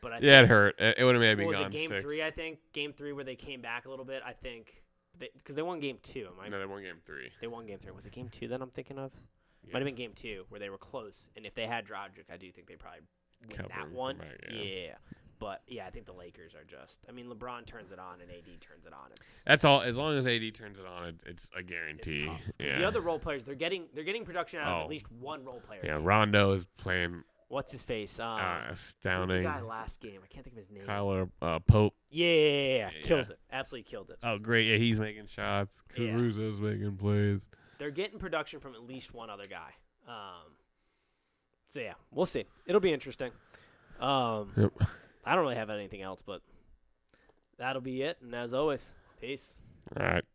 [SPEAKER 1] But I
[SPEAKER 2] Yeah, it hurt. It, would have
[SPEAKER 1] think,
[SPEAKER 2] maybe
[SPEAKER 1] what was
[SPEAKER 2] gone
[SPEAKER 1] it game
[SPEAKER 2] six.
[SPEAKER 1] three? I think game three where they came back a little bit. I think because they, won game two. Am I?
[SPEAKER 2] no, they won game three.
[SPEAKER 1] They won game three. Was it game two that I'm thinking of? Might have been game two where they were close. And if they had Drogic, I do think they probably win
[SPEAKER 2] Cover
[SPEAKER 1] that
[SPEAKER 2] and
[SPEAKER 1] one.
[SPEAKER 2] come back,
[SPEAKER 1] yeah.
[SPEAKER 2] yeah.
[SPEAKER 1] But yeah, I think the Lakers are just. I mean, LeBron turns it on and AD turns it on. It's
[SPEAKER 2] That's all. As long as AD turns it on, it, it's a
[SPEAKER 1] it's
[SPEAKER 2] guarantee.
[SPEAKER 1] tough. 'Cause
[SPEAKER 2] yeah.
[SPEAKER 1] The other role players, they're getting they're getting production out of
[SPEAKER 2] Oh.
[SPEAKER 1] at least one role player.
[SPEAKER 2] yeah, Rondo is playing
[SPEAKER 1] What's his face? Um,
[SPEAKER 2] uh,
[SPEAKER 1] who was the
[SPEAKER 2] astounding.
[SPEAKER 1] guy last game. I can't think of his name.
[SPEAKER 2] Kyler uh, Pope.
[SPEAKER 1] Yeah, yeah, yeah, yeah,
[SPEAKER 2] Yeah.
[SPEAKER 1] killed it. Absolutely killed it.
[SPEAKER 2] Oh, great. Yeah, he's making shots.
[SPEAKER 1] Yeah.
[SPEAKER 2] Caruso's making plays.
[SPEAKER 1] They're getting production from at least one other guy. Um, so yeah, we'll see. It'll be interesting. Um,
[SPEAKER 2] Yep.
[SPEAKER 1] I don't really have anything else, but that'll be it. And as always, peace.
[SPEAKER 2] All right.